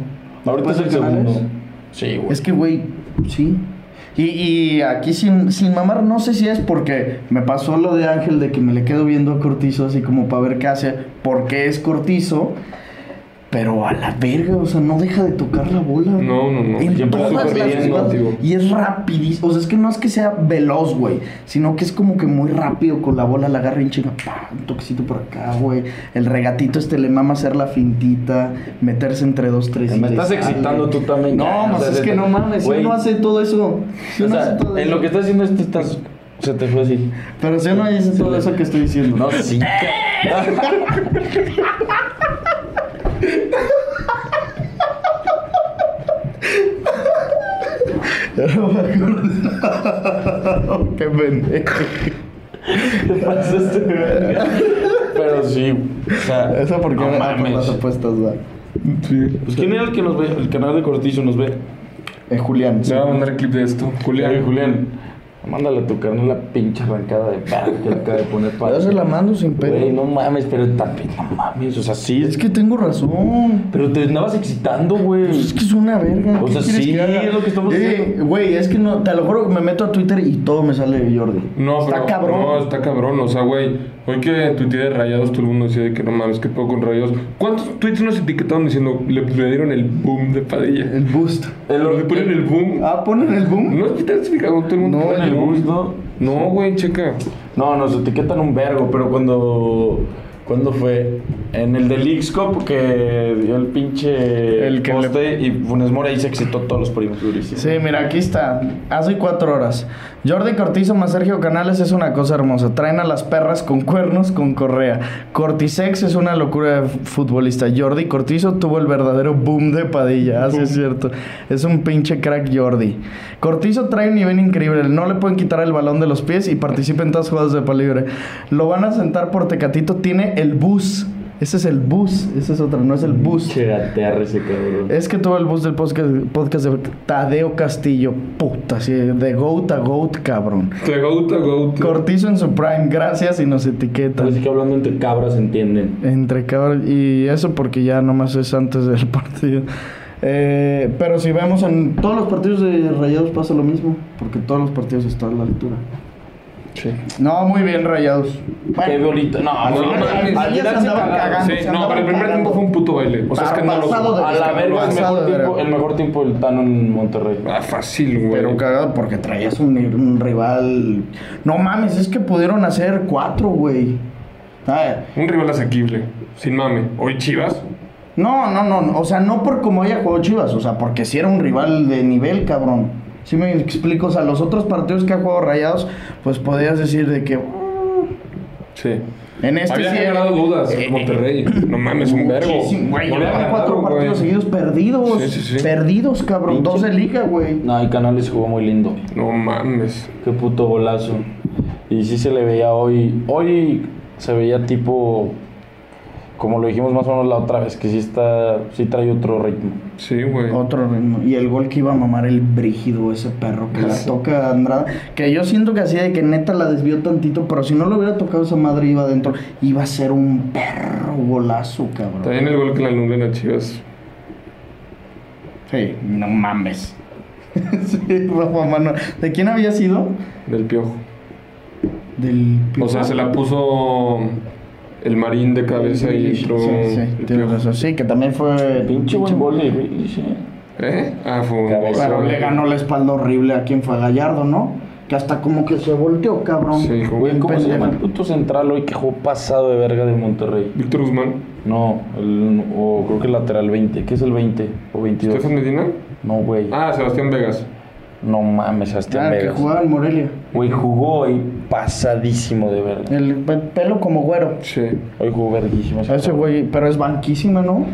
Speaker 3: Ahorita es
Speaker 2: ¿Después
Speaker 3: el
Speaker 2: de Canales?
Speaker 3: segundo. Sí, güey.
Speaker 2: Es que, güey, sí. Y, y aquí sin, sin mamar, no sé si es porque me pasó lo de Ángel de que me le quedo viendo a Cortizo así como para ver qué hace, porque es Cortizo, pero a la verga, o sea, no deja de tocar la bola.
Speaker 4: No, no, no.
Speaker 2: En
Speaker 3: Siempre
Speaker 2: todas
Speaker 3: está
Speaker 2: las
Speaker 3: corriendo,
Speaker 2: jugadas.
Speaker 4: tío.
Speaker 2: Y es rapidísimo, o sea, es que no es que sea veloz, güey, sino que es como que muy rápido con la bola, la agarra y en chinga, pa, un toquecito por acá, güey. El regatito este le mama hacer la fintita, meterse entre dos, tres. y
Speaker 3: me
Speaker 2: le
Speaker 3: estás
Speaker 2: sale.
Speaker 3: excitando tú también.
Speaker 2: No,
Speaker 3: ya, o
Speaker 2: pues
Speaker 3: sea,
Speaker 2: es
Speaker 3: se
Speaker 2: que
Speaker 3: te-
Speaker 2: no mames, si
Speaker 3: güey,
Speaker 2: uno hace todo eso, si
Speaker 3: o
Speaker 2: uno
Speaker 3: sea,
Speaker 2: hace todo
Speaker 3: en
Speaker 2: eso.
Speaker 3: lo que estás haciendo es te estás... Se te fue así.
Speaker 2: Pero si uno hace todo eso que estoy diciendo.
Speaker 3: No, sí. ca-
Speaker 2: No me acuerdo. Qué pendejo.
Speaker 3: Te pasaste de verga. Pero sí, o sea...
Speaker 2: Eso porque
Speaker 3: no
Speaker 2: no
Speaker 3: mames.
Speaker 2: las apuestas va.
Speaker 3: Pues quién era el que nos ve, el canal de Cortizo nos ve.
Speaker 2: Es Eh, Julián.
Speaker 4: Le voy a mandar el clip de esto.
Speaker 3: Julián,
Speaker 4: Julián.
Speaker 3: Julián, mándale a tu carnal la pinche arrancada de perro que le acaba de poner para.
Speaker 2: Yo se la mando sin
Speaker 3: Güey,
Speaker 2: pedo.
Speaker 3: no mames, pero también no mames, o sea, sí,
Speaker 2: Es que tengo razón.
Speaker 3: pero te andabas excitando, güey.
Speaker 2: Es que es una verga.
Speaker 3: O
Speaker 2: ¿qué
Speaker 3: sea,
Speaker 2: quieres
Speaker 3: sí,
Speaker 2: que haga?
Speaker 3: es lo que estamos
Speaker 2: Eh,
Speaker 3: diciendo.
Speaker 2: Güey, es que no, te lo juro que me meto a Twitter y todo me sale de Jordi.
Speaker 4: No,
Speaker 2: Está
Speaker 4: pero-
Speaker 2: cabrón.
Speaker 4: No, está cabrón. O sea, güey, hoy que tuiteé de rayados, todo el mundo decía de que no mames, que puedo con rayados. ¿Cuántos tweets nos etiquetaron diciendo le, le dieron el boom de Padilla?
Speaker 2: El boost.
Speaker 4: Le ponen el boom.
Speaker 2: Ah, ponen el boom.
Speaker 4: No, ¿te has fijado? Todo el mundo
Speaker 2: No,
Speaker 4: pone
Speaker 3: el bus, ¿no?
Speaker 4: No, güey, checa.
Speaker 3: No, nos etiquetan un vergo, pero cuando. ¿Cuándo fue? En el del X-Cop que dio el pinche
Speaker 2: El que le-
Speaker 3: poste y Funes Mora ahí se excitó todos los primos durísimos.
Speaker 2: Sí, mira, aquí está. Hace cuatro horas. Jordi Cortizo más Sergio Canales es una cosa hermosa. Traen a las perras con cuernos con correa. Cortisex es una locura de futbolista. Jordi Cortizo tuvo el verdadero boom de Padilla. Así es cierto. Es un pinche crack Jordi. Cortizo trae un nivel increíble. No le pueden quitar el balón de los pies y participa en todas las jugadas de palibre. Lo van a sentar por Tecatito. Tiene el bus. Ese es el bus. Ese es otro. No es el bus.
Speaker 3: Che, gatear ese cabrón.
Speaker 2: Es que todo el bus del podcast, podcast de Tadeo Castillo, puta, sí, de goat a goat, cabrón.
Speaker 4: Te gauta, gauta.
Speaker 2: Cortizo en su prime, gracias y nos
Speaker 3: Tal vez
Speaker 2: etiquetan.
Speaker 3: que hablando entre cabras entienden.
Speaker 2: Entre cabrón, y eso porque ya nomás es antes del partido. Eh, pero si vemos en todos los partidos de Rayados pasa lo mismo, porque todos los partidos están a la altura.
Speaker 3: Sí.
Speaker 2: No, muy bien, Rayados.
Speaker 3: Qué
Speaker 2: Bueno,
Speaker 3: bonito. No,
Speaker 2: al
Speaker 3: no,
Speaker 2: final-
Speaker 3: no,
Speaker 2: al final
Speaker 3: al final
Speaker 2: se
Speaker 3: se
Speaker 2: andaban
Speaker 3: cagaron.
Speaker 2: cagando.
Speaker 4: Sí,
Speaker 2: se
Speaker 4: no,
Speaker 2: andaban
Speaker 4: pero el primer
Speaker 2: cagando.
Speaker 4: tiempo fue un puto baile. O sea, es
Speaker 2: Pa-
Speaker 4: que no
Speaker 2: pasado
Speaker 4: lo.
Speaker 2: de-
Speaker 3: A la verga, el
Speaker 2: Pasado
Speaker 3: mejor,
Speaker 2: de
Speaker 3: tiempo,
Speaker 2: verga.
Speaker 3: el mejor tiempo del Tano en Monterrey.
Speaker 4: Ah, fácil, güey.
Speaker 2: Pero cagado porque traías un, un rival. No mames, es que pudieron hacer cuatro, güey. Ah, Ay,
Speaker 4: Un rival asequible. Sin mame. Hoy Chivas.
Speaker 2: No, no, no. O sea, no por como haya jugado Chivas. O sea, porque si era un rival de nivel, cabrón. Si me explico. O sea, los otros partidos que ha jugado Rayados, pues podías decir de que. "Uh,
Speaker 4: Sí.
Speaker 2: En este
Speaker 4: Había
Speaker 2: sí.
Speaker 4: generado dudas
Speaker 2: Eh,
Speaker 4: Monterrey. No mames, un vergo.
Speaker 2: Muchísimo, güey.
Speaker 4: No le
Speaker 2: llevaban
Speaker 4: han
Speaker 2: cuatro
Speaker 4: ganado,
Speaker 2: partidos
Speaker 4: güey.
Speaker 2: seguidos perdidos.
Speaker 4: Sí, sí, sí.
Speaker 2: Perdidos, cabrón.
Speaker 3: Pinche-
Speaker 2: Dos de liga, güey.
Speaker 3: No, y Canales jugó muy lindo.
Speaker 4: No mames.
Speaker 3: Qué puto golazo. Y sí se le veía hoy. Hoy se veía tipo. Como lo dijimos más o menos la otra vez, que sí está. Sí trae otro ritmo.
Speaker 4: Sí, güey.
Speaker 2: Otro ritmo. Y el gol que iba a mamar el brígido, ese perro que la toca a Andrada. Que yo siento que así de que neta la desvió tantito, pero si no lo hubiera tocado esa madre iba adentro. Iba a ser un perro golazo, cabrón.
Speaker 4: También el gol que le anulan a Chivas.
Speaker 2: Sí, no mames. sí, Rafa Manuel. ¿De quién había sido?
Speaker 4: Del piojo.
Speaker 2: Del
Speaker 4: O sea, se la puso el marín de cabeza y
Speaker 2: Sí,
Speaker 4: entró.
Speaker 2: sí,
Speaker 4: el
Speaker 2: tienes
Speaker 4: Piojo.
Speaker 2: razón. Sí, que también fue.
Speaker 3: Pinche buen gol de Grealish, eh.
Speaker 4: ¿Eh? Ah, fue un
Speaker 3: Cabeza.
Speaker 2: Pero le ganó la espalda horrible a quien fue Gallardo, ¿no? Que hasta como que se volteó, cabrón.
Speaker 4: Sí, como-
Speaker 3: Güey, ¿cómo se
Speaker 2: pendejo.
Speaker 3: llama el puto central hoy que jugó pasado de verga de Monterrey?
Speaker 4: Víctor Guzmán.
Speaker 3: No, el, o creo que el lateral 20. ¿Qué es el 20 o 22?
Speaker 4: Este ¿Estefan Medina?
Speaker 3: No, güey.
Speaker 4: Ah, Sebastián Vegas.
Speaker 6: No mames, Sebastián
Speaker 2: Ah, que
Speaker 6: Vegas.
Speaker 2: jugaba en Morelia.
Speaker 6: Güey, jugó hoy pasadísimo de verga.
Speaker 2: El pe- pelo como güero.
Speaker 4: Sí.
Speaker 6: Hoy jugó verguísimo. ese
Speaker 2: Ese güey, pero es banquísima, ¿no?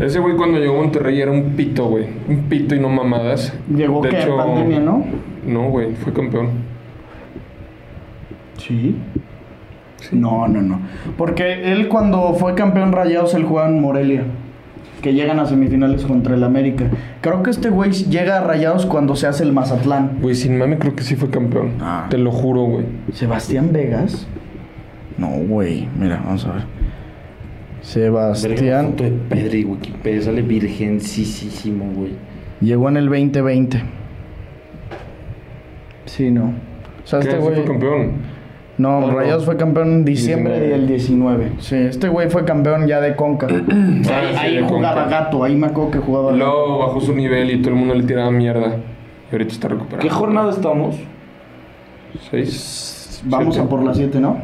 Speaker 4: Ese güey cuando llegó a Monterrey era un pito, güey. Un pito y no mamadas.
Speaker 2: Llegó
Speaker 4: De
Speaker 2: que
Speaker 4: hecho,
Speaker 2: pandemia, ¿no?
Speaker 4: No, güey, fue campeón.
Speaker 2: Sí. No, no, no. Porque él cuando fue campeón rayados, él jugaba en Morelia. Que llegan a semifinales contra el América. Creo que este güey llega a rayados cuando se hace el Mazatlán.
Speaker 4: Güey, sin mame creo que sí fue campeón.
Speaker 2: Ah.
Speaker 4: Te lo juro, güey.
Speaker 2: Sebastián Vegas. No, güey. Mira, vamos a ver.
Speaker 3: Verga,
Speaker 2: Sebastián
Speaker 3: foto de Pedri, güey. Que Pedri sale virgencísimo, güey.
Speaker 2: llegó en el 2020. Sí, no. O sea,
Speaker 4: ¿Qué?
Speaker 2: este
Speaker 4: Sí
Speaker 2: güey.
Speaker 4: fue campeón.
Speaker 2: No,
Speaker 4: no.
Speaker 2: Rayados fue campeón en diciembre
Speaker 4: 19.
Speaker 2: del 19. Sí, este güey fue campeón ya de Conca. ahí
Speaker 4: Ah, sí,
Speaker 2: ahí
Speaker 4: de
Speaker 2: jugaba
Speaker 4: Conca.
Speaker 2: gato, ahí me acuerdo que jugaba gato.
Speaker 4: Luego bajó su nivel y todo el mundo le tiraba mierda. Y ahorita está recuperado.
Speaker 6: ¿Qué jornada estamos?
Speaker 4: Seis.
Speaker 2: Vamos a
Speaker 4: siete.
Speaker 2: por la 7, ¿no?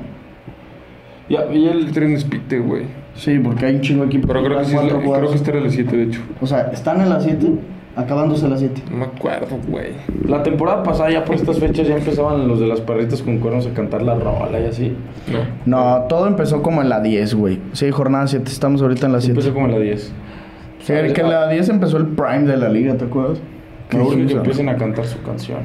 Speaker 4: Ya, y el tren despite, güey.
Speaker 2: Sí, porque hay un chingo aquí.
Speaker 4: Pero creo que, sí es la- creo que este era el 7, de hecho.
Speaker 2: O sea, están en la 7, acabándose la 7.
Speaker 4: No me acuerdo, güey.
Speaker 3: La temporada pasada, ya por estas fechas, ya empezaban los de las parritas con cuernos a cantar la rola y así.
Speaker 4: No.
Speaker 2: No, todo empezó como en la 10, güey. Sí, jornada 7, estamos ahorita en la
Speaker 3: Empezó como en la 10.
Speaker 2: Sí, el que en la 10 empezó el prime de la liga, ¿te acuerdas?
Speaker 3: Me urge que
Speaker 2: dijimos,
Speaker 3: empiecen a cantar su canción.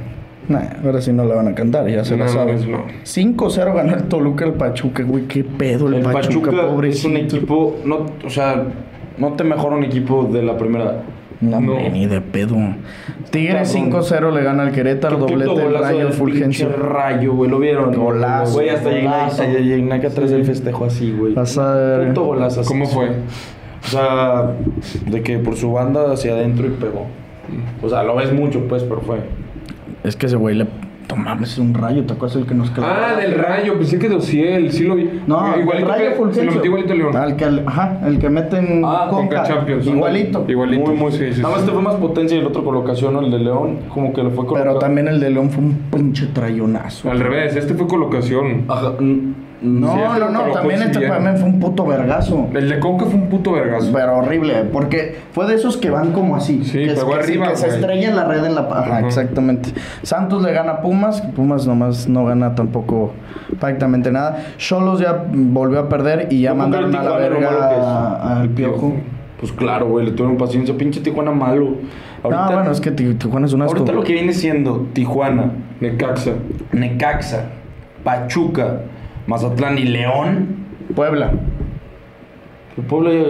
Speaker 2: Nah, ahora sí no la van a cantar, ya se la
Speaker 4: No, no,
Speaker 2: saben.
Speaker 4: no.
Speaker 2: 5-0 ganó el Toluca el Pachuca, güey. Qué pedo el,
Speaker 3: El
Speaker 2: Pachuca,
Speaker 3: Pachuca,
Speaker 2: pobre.
Speaker 3: es un equipo, no, o sea, no te mejora un equipo de la primera.
Speaker 2: No,
Speaker 4: No.
Speaker 2: hombre, ni de pedo. Tigres
Speaker 3: Cabrón.
Speaker 2: 5-0 le gana al Querétaro,
Speaker 3: Qué puto
Speaker 2: doblete del
Speaker 3: golazo
Speaker 2: Rayo
Speaker 3: del
Speaker 2: Fulgencio.
Speaker 3: pinche Rayo, güey, lo vieron.
Speaker 2: Golazo,
Speaker 3: Güey, hasta
Speaker 2: golazo.
Speaker 3: llegué que atrás del festejo así, güey.
Speaker 2: Vas a ver.
Speaker 3: Puto golazo. así.
Speaker 4: ¿Cómo fue?
Speaker 3: O sea, de que por su banda hacia adentro y pegó. O sea, lo ves mucho, pues, pero fue.
Speaker 2: Es que ese güey le. No mames, es un rayo, ¿te acuerdas el que nos clavó?
Speaker 4: Ah, del rayo, pensé que Dociel, sí lo vi.
Speaker 2: No,
Speaker 4: igualito
Speaker 2: el Rayo
Speaker 4: que-
Speaker 2: Fulgencio.
Speaker 4: Se lo metí igualito a León.
Speaker 2: Ah, el que, ajá, el que mete en
Speaker 3: Ah,
Speaker 4: Conca Champions.
Speaker 2: Igualito.
Speaker 4: Igualito.
Speaker 3: Muy, muy.
Speaker 4: sí, sí,
Speaker 3: Nada más
Speaker 4: sí.
Speaker 3: te fue más potencia y el otro colocación, ¿no? el de León, como que lo fue colocando.
Speaker 2: Pero también el de León fue un pinche trayonazo.
Speaker 4: Al revés, este fue colocación.
Speaker 3: Ajá, mm,
Speaker 2: No,
Speaker 4: Sí, este
Speaker 2: no, no,
Speaker 4: colocó
Speaker 2: también
Speaker 4: sí
Speaker 2: este
Speaker 4: bien.
Speaker 2: también fue un puto vergazo.
Speaker 4: El de Conca fue un puto vergazo.
Speaker 2: Pero horrible, porque fue de esos que van como así.
Speaker 4: Sí,
Speaker 2: que,
Speaker 4: pegó
Speaker 2: que-
Speaker 4: arriba,
Speaker 2: que se
Speaker 4: güey.
Speaker 2: estrella en la red en la paja.
Speaker 4: Ajá.
Speaker 2: Exactamente. Santos le gana a Pumas. Pumas nomás no gana tampoco prácticamente nada. Cholos ya volvió a perder y ya
Speaker 3: Yo creo que el
Speaker 2: mandaron a la
Speaker 3: Tijuana
Speaker 2: verga
Speaker 3: lo malo que es.
Speaker 2: a- al Piojo.
Speaker 3: Pues claro, güey, le tuvieron paciencia. Pinche Tijuana malo.
Speaker 2: no, bueno, es que Ti- Tijuana es un asco.
Speaker 3: ahorita lo que viene siendo Tijuana,
Speaker 4: Necaxa.
Speaker 3: Necaxa, Pachuca, Mazatlán y León.
Speaker 2: Puebla.
Speaker 3: El pueblo, ya-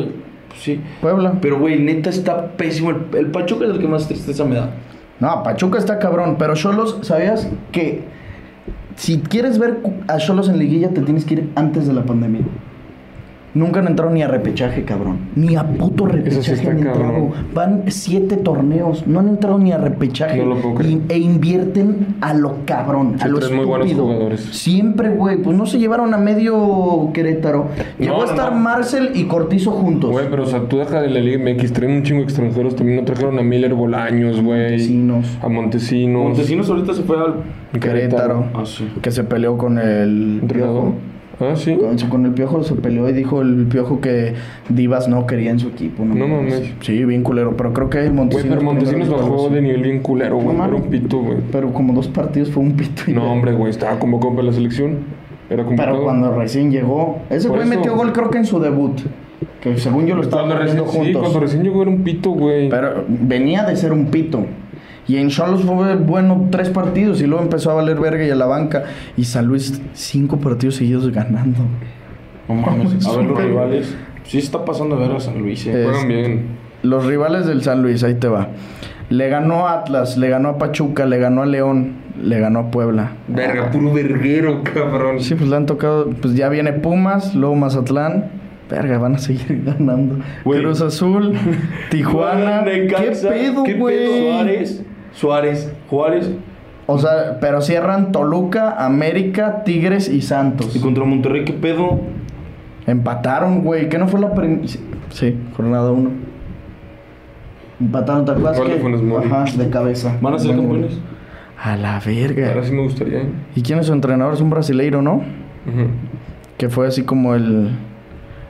Speaker 3: pues, sí.
Speaker 2: Puebla.
Speaker 3: Pero, güey, neta está pésimo. El, el Pachuca es el que más tristeza me da.
Speaker 2: No, Pachuca está cabrón, pero Cholos, ¿sabías que si quieres ver cu- a Cholos en liguilla te tienes que ir antes de la pandemia? Nunca han entrado ni a repechaje, cabrón. Ni a puto repechaje
Speaker 4: está
Speaker 2: han entrado.
Speaker 4: cabrón.
Speaker 2: Van siete torneos, no han entrado ni a repechaje.
Speaker 4: No lo puedo creer.
Speaker 2: Y- e invierten a lo cabrón, a
Speaker 4: Sí,
Speaker 2: lo
Speaker 4: traen muy buenos
Speaker 2: estúpido.
Speaker 4: jugadores.
Speaker 2: Siempre, güey, pues no se llevaron a medio Querétaro. Llegó
Speaker 4: No,
Speaker 2: a estar
Speaker 4: no.
Speaker 2: Marcel y Cortizo juntos.
Speaker 4: Güey, pero o sea, tú deja de la Liga MX, traen un chingo de extranjeros, también no trajeron a Miller Bolaños, güey.
Speaker 2: Montesinos.
Speaker 4: A Montesinos.
Speaker 3: Montesinos ahorita se fue al.
Speaker 2: Querétaro.
Speaker 3: Ah, sí.
Speaker 2: Que se peleó con el
Speaker 4: Entrenador.
Speaker 2: Piojo.
Speaker 4: Ah, sí.
Speaker 2: Con, con el Piojo se peleó y dijo el Piojo que Divas no quería en su equipo.
Speaker 4: No mames.
Speaker 2: Sí, bien culero, pero creo que
Speaker 4: Güey,
Speaker 2: Montesinos...
Speaker 4: pero Montesinos
Speaker 2: primero
Speaker 4: bajó
Speaker 2: dijo algo
Speaker 4: de nivel bien culero, güey.
Speaker 2: No
Speaker 4: Era
Speaker 2: mames.
Speaker 4: un pito, güey.
Speaker 2: así. Pero como dos partidos fue un pito. y ya.
Speaker 4: No, hombre, güey, estaba convocado para la selección. Era convocado.
Speaker 2: Pero cuando recién llegó... Ese
Speaker 4: Por
Speaker 2: güey
Speaker 4: eso-
Speaker 2: metió gol creo que en su debut. Que según yo lo estaban
Speaker 4: Pues Cuando
Speaker 2: haciendo
Speaker 4: recién, sí,
Speaker 2: juntos.
Speaker 4: cuando recién llegó era un pito, güey.
Speaker 2: Pero venía de ser un pito. Y en Cholos fue bueno tres partidos y luego empezó a valer verga y a la banca. Y San Luis cinco partidos seguidos ganando.
Speaker 3: No mames. A ver los rivales. Sí se está pasando a ver a San Luis. eh.
Speaker 2: Eh,
Speaker 5: Este,
Speaker 4: Juegan
Speaker 2: es-
Speaker 4: bien.
Speaker 2: Los rivales del San Luis, ahí te va. Le ganó a Atlas, le ganó a Pachuca, le ganó a León, le ganó a Puebla.
Speaker 4: Verga, puro verguero, cabrón.
Speaker 2: Sí, pues le han tocado, pues ya viene Pumas, luego Mazatlán. Verga, van a seguir ganando.
Speaker 3: Güey.
Speaker 2: Cruz Azul, Tijuana. ¿Qué
Speaker 3: Necaxa,
Speaker 2: pedo,
Speaker 3: ¿Qué pedo?
Speaker 2: güey?
Speaker 3: Suárez. Suárez. Juárez.
Speaker 2: O sea, pero cierran Toluca, América, Tigres y Santos.
Speaker 3: Y contra Monterrey, ¿qué pedo?
Speaker 2: Empataron, güey. ¿Qué no fue la primera? Sí, jornada 1. Empataron, ¿te acuerdas?
Speaker 4: Gol de
Speaker 2: que-
Speaker 4: Funes Mori.
Speaker 2: Ajá, de cabeza.
Speaker 3: ¿Van a ser
Speaker 2: Buen gol.
Speaker 3: campeones?
Speaker 2: A la verga.
Speaker 4: Ahora sí me gustaría. ¿eh?
Speaker 2: ¿Y quién es su entrenador? Es un brasileiro, ¿no?
Speaker 4: Ujú.
Speaker 2: Que fue así como el,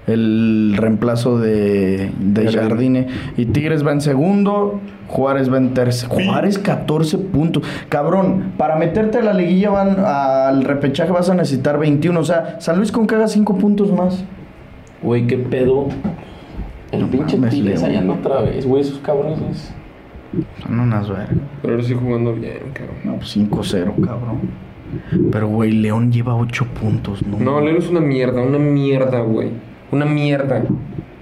Speaker 2: el reemplazo de, de
Speaker 4: Jardine.
Speaker 2: Jardine. Y Tigres va en segundo, Juárez va en tercero. Juárez 14 puntos. Cabrón, para meterte a la liguilla van al repechaje vas a necesitar 21. O sea, San Luis con caga 5 puntos más.
Speaker 3: Güey, qué pedo. El
Speaker 2: No
Speaker 3: pinche
Speaker 2: mames,
Speaker 3: Tigres
Speaker 2: León.
Speaker 3: allá anda otra vez, güey, esos cabrones.
Speaker 2: Son unas vergas.
Speaker 4: Pero ahora sí jugando bien, cabrón.
Speaker 2: No, pues 5-0, cabrón. Pero, güey, León lleva 8 puntos, ¿no?
Speaker 4: No, León es una mierda, una mierda, güey. Una mierda.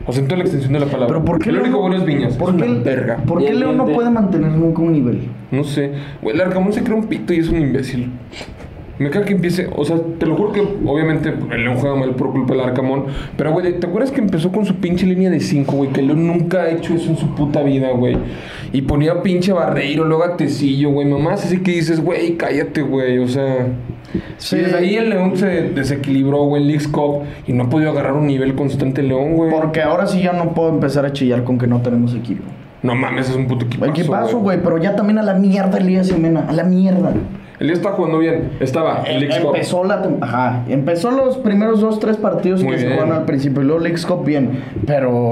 Speaker 4: O sea, en toda la extensión de la palabra.
Speaker 2: Pero ¿por qué
Speaker 4: El
Speaker 2: León
Speaker 4: único
Speaker 2: no-
Speaker 4: bueno es Viñas.
Speaker 2: ¿Por
Speaker 4: es
Speaker 2: qué,
Speaker 4: una verga.
Speaker 2: ¿por
Speaker 3: Y
Speaker 2: qué
Speaker 3: el
Speaker 2: León no
Speaker 3: diente.
Speaker 2: puede mantener nunca un nivel?
Speaker 4: No sé. Güey, el Arcamón se cree un pito y es un imbécil. Me caga que empiece. O sea, te lo juro que obviamente el León juega mal por culpa del Arcamón. Pero, güey, ¿te acuerdas que empezó con su pinche línea de 5, güey? Que el León nunca ha hecho eso en su puta vida, güey. Y ponía pinche Barreiro, luego a Tecillo, güey. Mamás, así que dices, güey, cállate, güey. O sea. Sí. desde ahí el León se desequilibró, güey, en Leagues Cup. Y no ha podido agarrar un nivel constante el León, güey.
Speaker 2: Porque ahora sí ya no puedo empezar a chillar con que no tenemos equipo.
Speaker 4: No mames, es un puto equipazo.
Speaker 2: Equipazo, güey, pero ya también a la mierda Elías Jimena, a la mierda.
Speaker 4: El día está jugando bien. Estaba, el
Speaker 2: Em-
Speaker 4: Leagues Cup.
Speaker 2: empezó la tem- ajá, empezó los primeros dos, tres partidos
Speaker 4: Muy
Speaker 2: que se
Speaker 4: bien.
Speaker 2: jugaron al principio. Y luego Leagues Cup bien, pero.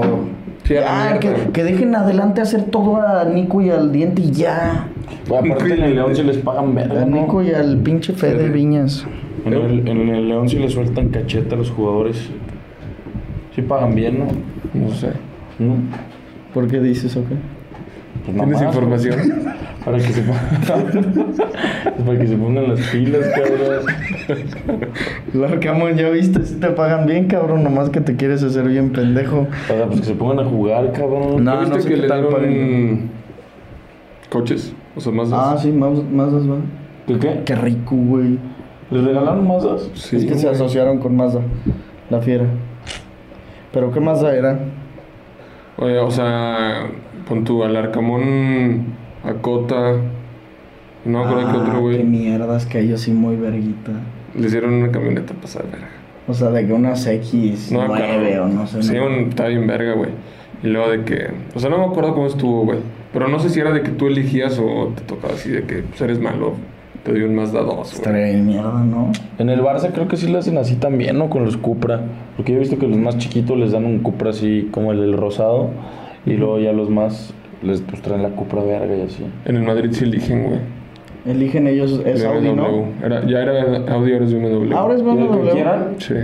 Speaker 4: Sí, a la
Speaker 2: ya,
Speaker 4: mierda.
Speaker 2: que, que dejen adelante hacer todo a Nico y al diente y ya.
Speaker 3: Güey, aparte en el León se les pagan verga,
Speaker 2: A
Speaker 3: ¿no?
Speaker 2: Nico y al pinche Fede Viñas.
Speaker 5: En el, en el León sí le sueltan cacheta a los jugadores. Sí pagan bien, ¿no?
Speaker 4: No sé.
Speaker 5: No.
Speaker 2: ¿Por qué dices o
Speaker 5: Pues nada
Speaker 4: ¿Tienes
Speaker 5: más,
Speaker 4: información?
Speaker 5: Para que se pongan, para que se pongan las pilas, cabrón.
Speaker 2: ya viste, si te pagan bien, cabrón, nomás que te quieres hacer bien
Speaker 5: O
Speaker 2: pendejo.
Speaker 5: sea, pues que se pongan a jugar, cabrón.
Speaker 2: No,
Speaker 4: ¿Ya viste
Speaker 2: no sé
Speaker 4: Este que
Speaker 2: qué
Speaker 4: le
Speaker 2: tal
Speaker 4: dieron
Speaker 2: paguen.
Speaker 4: coches? O sea, más de
Speaker 2: Ah, sí, más, más Mazda.
Speaker 5: ¿Qué qué?
Speaker 2: Qué rico, güey.
Speaker 5: ¿Les regalaron masas?
Speaker 4: Sí.
Speaker 2: es que se asociaron con Mazda, la fiera. Pero qué Mazda era.
Speaker 4: Oye, o sea, pon tú al Arcamón, a Cota. No me acuerdo qué
Speaker 2: Ah,
Speaker 4: otro,
Speaker 2: Qué
Speaker 4: güey.
Speaker 2: mierdas que ellos sí muy verguita.
Speaker 4: Les dieron una camioneta pasada, verga.
Speaker 2: O sea, de que unas X9
Speaker 4: No, claro.
Speaker 2: o no sé.
Speaker 4: Sí,
Speaker 2: ¿no?
Speaker 4: un, está bien verga, güey. Y luego de que. O sea, no me acuerdo cómo estuvo, güey. Pero no sé si era de que tú elegías o te tocaba así de que pues, eres malo. Te doy un más da dos, güey.
Speaker 2: Estaría de mierda, ¿no?
Speaker 5: En el Barça creo que sí le hacen así también, ¿no? Con los Cupra. Porque yo he visto que los más chiquitos les dan un Cupra así como el del rosado. Y luego ya los más les pues, traen la Cupra verga y así.
Speaker 4: En el Madrid sí eligen, güey.
Speaker 2: Eligen ellos, es
Speaker 4: De
Speaker 2: Audi, ¿no?
Speaker 4: BMW. Era- ya era Audi, ahora es BMW.
Speaker 2: Ahora es
Speaker 5: ¿Y el que
Speaker 2: BMW.
Speaker 5: quieran?
Speaker 4: Sí.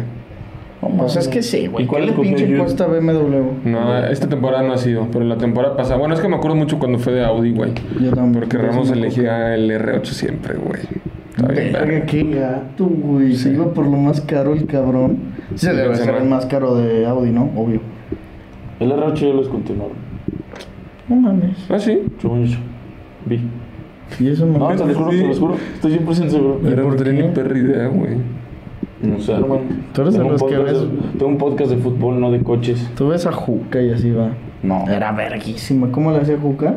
Speaker 2: No, pues es que sí, güey.
Speaker 5: ¿Y cuál
Speaker 2: ¿Qué le
Speaker 5: escogió
Speaker 2: pinche
Speaker 5: yo?
Speaker 2: cuesta BMW?
Speaker 4: No, esta temporada no ha sido, pero la temporada pasada. Bueno, es que me acuerdo mucho cuando fue de Audi, güey.
Speaker 2: Yo también.
Speaker 4: Porque Ramos elegía el R8 siempre, güey. Está bien,
Speaker 2: Verga,
Speaker 4: verga.
Speaker 2: qué gato, güey. Se iba por lo más caro el cabrón. Sí, se debe
Speaker 4: se
Speaker 2: ser
Speaker 4: va.
Speaker 2: el más caro de Audi, ¿no? Obvio.
Speaker 5: El R8 ya los continuaron.
Speaker 2: No mames.
Speaker 4: Ah, sí.
Speaker 5: Según yo. Vi.
Speaker 2: Y eso no.
Speaker 5: No, te lo juro, te lo juro. Estoy 100% seguro.
Speaker 4: Era no tenía ni perra idea, güey.
Speaker 5: No sé, hermano.
Speaker 2: Tú eres de
Speaker 5: Tengo un
Speaker 2: los que
Speaker 5: podcast
Speaker 2: ves-
Speaker 5: de- Tengo un podcast de fútbol, no de coches.
Speaker 2: Tú ves a Juca y así va.
Speaker 5: No.
Speaker 2: Era verguísima. ¿Cómo le hacía Juca?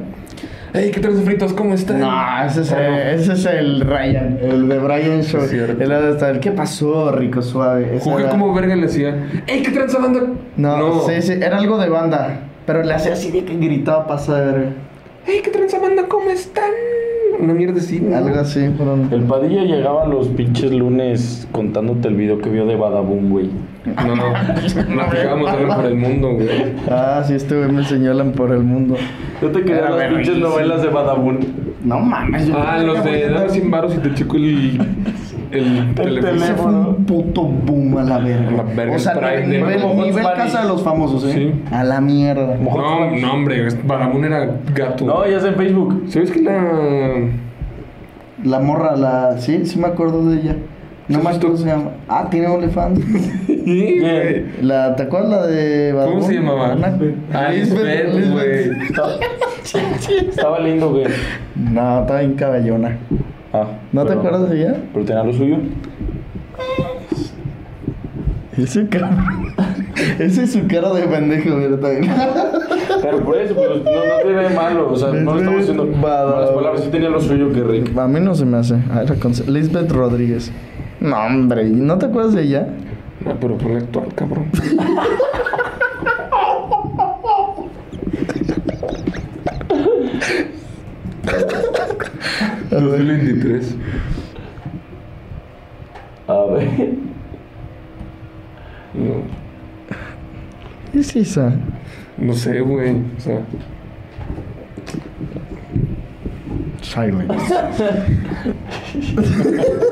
Speaker 4: Ey, ¿qué tal fritos? ¿Cómo están?
Speaker 2: No, ese es, el, ese es el Ryan, el de Brian Shaw.
Speaker 4: Es cierto.
Speaker 2: El hasta el ¿qué pasó, rico suave? Ese
Speaker 4: Jugué
Speaker 2: era-
Speaker 4: como verga le hacía. ¡Ey, qué tranza banda!
Speaker 2: No, sí, sí, era algo de banda. Pero le hacía así de que gritaba pasa de verga.
Speaker 4: ¡Ey, qué tranza banda! ¿Cómo están? Una mierda así. ¿no?
Speaker 2: Algo así, pero no.
Speaker 5: El Padilla llegaba los pinches lunes contándote el video que vio de Badaboom, güey.
Speaker 4: No, no. Platicábamos ahora por el mundo, güey.
Speaker 2: Ah, sí, este güey me enseñó Alan por el mundo.
Speaker 5: Yo te quería
Speaker 2: Era
Speaker 5: las pinches
Speaker 2: verguísima.
Speaker 5: novelas de Badaboom.
Speaker 2: No mames, yo
Speaker 4: Ah, los de dar 100 baros y te checo el, el
Speaker 2: Ese
Speaker 4: teléfono.
Speaker 2: fue un puto boom a la verga.
Speaker 4: La verga,
Speaker 2: o sea,
Speaker 4: el Pride,
Speaker 2: nivel,
Speaker 4: ¿no? Como
Speaker 2: nivel,
Speaker 5: Bugs Bunny.
Speaker 2: casa de los famosos, ¿eh?
Speaker 4: Sí.
Speaker 2: A la mierda.
Speaker 4: No, no, hombre. Barabún era gato.
Speaker 5: No, ya sé en Facebook.
Speaker 4: ¿Sabes que la.
Speaker 2: La morra, la. Sí, sí me acuerdo de ella. No
Speaker 4: ¿Sí,
Speaker 2: me
Speaker 4: sí,
Speaker 2: acuerdo
Speaker 4: tú?
Speaker 2: cómo se llama. Ah, tiene OnlyFans.
Speaker 4: Sí, güey.
Speaker 2: la, ¿Te acuerdas la de Bad
Speaker 4: ¿Cómo
Speaker 2: Bunny?
Speaker 4: se llamaba?
Speaker 2: Ana-
Speaker 4: Ah, Lisbeth, güey.
Speaker 5: Estaba, estaba lindo, güey.
Speaker 2: No, está bien caballona.
Speaker 5: Ah,
Speaker 2: ¿No te
Speaker 5: pero-
Speaker 2: acuerdas de ella?
Speaker 5: Pero tenía lo suyo.
Speaker 2: Ese cabrón. Ese es su cara de pendejo, mira, también.
Speaker 5: Pero por eso, pues, no, no te ve malo. O sea, no le estamos diciendo
Speaker 2: Badaboom.
Speaker 5: malas palabras. Sí tenía lo suyo, que rico.
Speaker 2: A mí no se me hace. A ver, con- Lisbeth Rodríguez. No, hombre, ¿y ¿no te acuerdas de ella?
Speaker 4: No, pero ponle actual, cabrón.
Speaker 2: A ver.
Speaker 4: 2023.
Speaker 5: A ver.
Speaker 4: No.
Speaker 2: ¿Qué es esa?
Speaker 4: No sé, güey. O sea,
Speaker 2: Silence.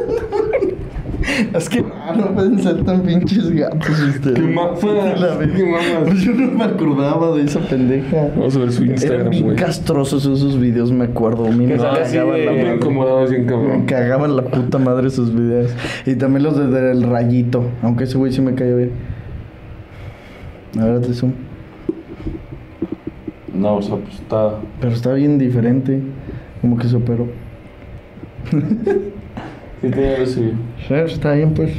Speaker 2: es que no, no pueden ser tan pinches gatos ustedes.
Speaker 4: Qué mamas,
Speaker 2: La verga.
Speaker 4: qué mamas.
Speaker 2: Pues yo no me acordaba de esa pendeja.
Speaker 4: vamos a ver su
Speaker 2: Eran
Speaker 4: Instagram,
Speaker 2: bien
Speaker 4: güey.
Speaker 2: castrosos esos videos, me acuerdo. A mí me
Speaker 5: Que sale así
Speaker 2: cagaban
Speaker 5: de-
Speaker 2: la
Speaker 4: Me
Speaker 2: madre.
Speaker 4: incomodaba bien,
Speaker 2: Me
Speaker 4: cabrón.
Speaker 2: cagaban la puta madre sus videos. Y también los de El Rayito. Aunque ese güey sí me cayó bien. A ver, te zoom.
Speaker 5: No, o sea, pues está.
Speaker 2: Pero está bien diferente. Como que se operó.
Speaker 5: Sí, tenía que sí.
Speaker 2: Sí, está bien, pues.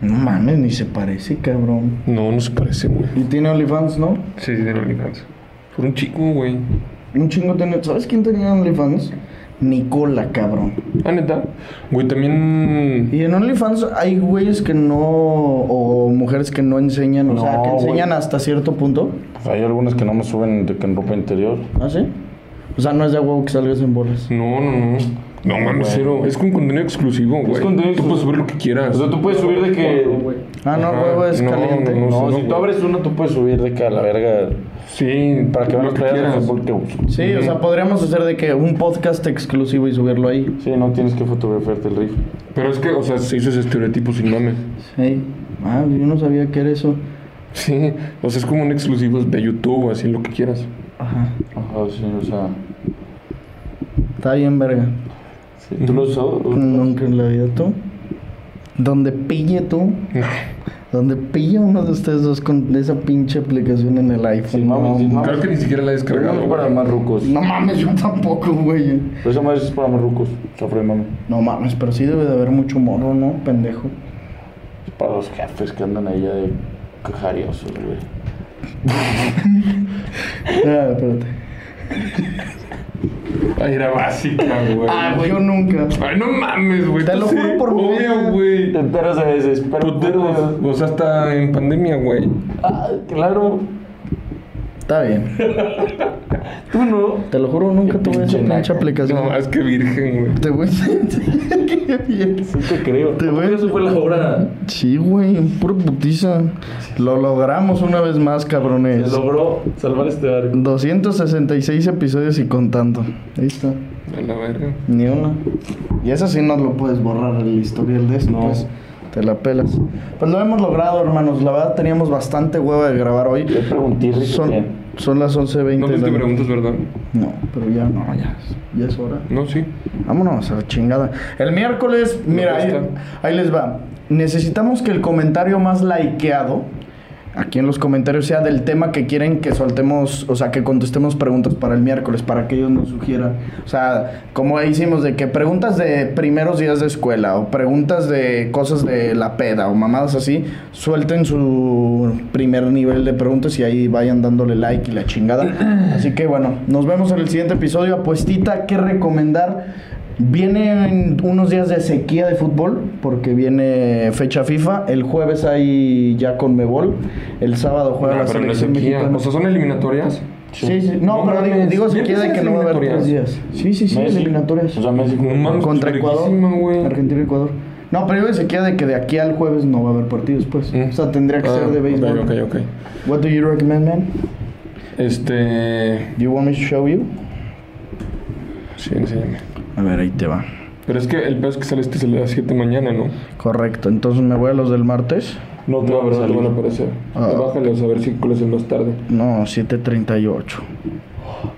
Speaker 2: No mames, ni se parece, cabrón.
Speaker 4: No, no se parece, güey.
Speaker 2: Y tiene OnlyFans, ¿no?
Speaker 4: Sí, sí, de OnlyFans. Por un chico, güey.
Speaker 2: Un chingo tiene. ¿Sabes quién tenía OnlyFans? Nicola, cabrón.
Speaker 4: Ah, neta. Güey, también.
Speaker 2: Y en OnlyFans hay güeyes que no. O mujeres que no enseñan, o sea,
Speaker 5: No,
Speaker 2: que
Speaker 5: güey.
Speaker 2: enseñan hasta cierto punto.
Speaker 5: Pues hay algunas que no me suben de que en ropa interior.
Speaker 2: ¿Ah, sí? O sea, no es de huevo que salgas en bolas.
Speaker 4: No, no, no. No mames, cero. Es con contenido exclusivo, güey.
Speaker 5: contenido
Speaker 4: Tú puedes subir lo que
Speaker 5: O
Speaker 4: quieras.
Speaker 5: sea, tú puedes subir de que.
Speaker 2: Ah, no,
Speaker 4: Ajá.
Speaker 2: huevo es
Speaker 4: No,
Speaker 2: caliente.
Speaker 4: no,
Speaker 5: No,
Speaker 4: No,
Speaker 5: si tú
Speaker 4: güey.
Speaker 5: abres uno, tú puedes subir de que a la verga.
Speaker 4: Sí,
Speaker 5: Para que vean
Speaker 4: lo
Speaker 5: los
Speaker 4: que
Speaker 5: playas de
Speaker 4: quieras.
Speaker 5: fútbol que uso.
Speaker 2: Sí, o sea, podríamos hacer de que un podcast exclusivo y subirlo ahí.
Speaker 5: Sí, no tienes que fotografiarte el rifle.
Speaker 4: Pero es que, o sea, se hizo ese estereotipo sin mame.
Speaker 2: Sí. Ah, yo no sabía que era eso.
Speaker 4: Sí, o sea, es como un exclusivo de YouTube, así lo que quieras.
Speaker 2: Ajá.
Speaker 5: Ajá, Ah, sí, o sea.
Speaker 2: Está bien, verga.
Speaker 5: sí, ¿Tú lo usas?
Speaker 2: Nunca en la vida tú. Donde pille tú.
Speaker 4: No.
Speaker 2: Donde pille uno de ustedes dos con esa pinche aplicación en el iPhone.
Speaker 5: Sin mames,
Speaker 2: no,
Speaker 5: sin mames.
Speaker 4: Creo que ni siquiera la he
Speaker 5: Pero no
Speaker 4: descargado.
Speaker 5: es para
Speaker 4: güey.
Speaker 5: marrucos.
Speaker 2: no mames, yo tampoco, güey.
Speaker 5: Pero esa madre es para marrucos. Sofre, mami.
Speaker 2: No mames, pero sí debe de haber mucho morro, ¿no? Pendejo.
Speaker 5: Es para los jefes que andan ahí ya de cajariosos, güey.
Speaker 2: Ah, espérate.
Speaker 4: Ay, Ah, era básica, güey.
Speaker 5: Ah,
Speaker 2: Yo nunca.
Speaker 4: Ay, no mames, güey.
Speaker 2: Ah, Te
Speaker 4: tú
Speaker 2: lo
Speaker 4: sí,
Speaker 2: juro por mi vida.
Speaker 4: Obvio,
Speaker 5: Te
Speaker 4: güey.
Speaker 5: enteras a veces, pero.
Speaker 4: Puteros. O sea, hasta en pandemia, güey.
Speaker 5: Ah, claro.
Speaker 2: Está bien.
Speaker 5: Tú no.
Speaker 2: Te lo juro, nunca tuve
Speaker 5: Pinche
Speaker 2: esa pinche
Speaker 5: naco.
Speaker 2: aplicación.
Speaker 4: No, es que virgen, güey.
Speaker 2: Te voy a... Qué bien.
Speaker 5: Sí te creo.
Speaker 2: Te voy a-
Speaker 5: Eso fue la obra.
Speaker 2: Sí, güey, pura putiza. Lo logramos una vez más,
Speaker 5: Se
Speaker 2: cabrones.
Speaker 5: logró salvar este barco.
Speaker 2: 266 episodios y contando. Ahí está.
Speaker 4: A la verga.
Speaker 2: Ni una. Y eso sí no lo puedes borrar el historial de esto. pues. Te la pelas. Pues lo hemos logrado, hermanos. La verdad teníamos bastante hueva de grabar hoy.
Speaker 5: Le pregunté, Ricky,
Speaker 2: Son,
Speaker 5: ¿qué?
Speaker 2: son las 11.20.
Speaker 4: No
Speaker 2: de
Speaker 4: te
Speaker 2: la-
Speaker 4: preguntas, ¿verdad?
Speaker 2: No, pero ya no, ya, es- ya es hora.
Speaker 4: No, sí.
Speaker 2: Vámonos a la chingada. El miércoles, mira, ahí,
Speaker 4: cuesta.
Speaker 2: ahí les va. Necesitamos que el comentario más likeado, aquí en los comentarios, sea del tema que quieren que soltemos, o sea, que contestemos preguntas para el miércoles, para que ellos nos sugieran. O sea, como hicimos de que preguntas de primeros días de escuela, o preguntas de cosas de la peda, o mamadas así, suelten su primer nivel de preguntas y ahí vayan dándole like y la chingada. Así que bueno, nos vemos en el siguiente episodio. Apuestita, ¿qué recomendar? Vienen unos días de sequía de fútbol porque viene fecha FIFA. El jueves hay ya con Mebol. El sábado juega
Speaker 4: No,
Speaker 2: la
Speaker 4: Ah, pero no es
Speaker 2: selección
Speaker 4: sequía.
Speaker 2: mexicana.
Speaker 4: O sea, son eliminatorias.
Speaker 2: sí, sí. No,
Speaker 4: No
Speaker 2: pero digo,
Speaker 4: mames. pues
Speaker 2: digo sequía de
Speaker 4: ¿Ya
Speaker 2: que no va a haber tres
Speaker 4: empiezan
Speaker 2: días. Sí, sí, sí,
Speaker 5: Messi.
Speaker 2: eliminatorias.
Speaker 5: O sea, Messi
Speaker 4: No mames,
Speaker 2: Contra
Speaker 4: pues,
Speaker 2: Ecuador,
Speaker 4: verguísima, güey.
Speaker 2: Argentina y Ecuador. No, pero digo de sequía de que de aquí al jueves no va a haber partidos, pues.
Speaker 4: Mm.
Speaker 2: O sea, tendría que
Speaker 4: Ah,
Speaker 2: ser de
Speaker 4: ok,
Speaker 2: béisbol.
Speaker 4: Ok, ok,
Speaker 2: What do you recommend, man?
Speaker 4: Este.
Speaker 2: Do you want me to show you?
Speaker 4: Sí, enséñame.
Speaker 2: A ver, ahí te va.
Speaker 4: Pero es que el peor es que sale este es a las 7 mañana, ¿no?
Speaker 2: Correcto. Entonces me voy a los del martes.
Speaker 4: No te, van, a te van a aparecer.
Speaker 2: Ah.
Speaker 4: Bájale a ver si cuál es el más tarde.
Speaker 2: No, 7.38.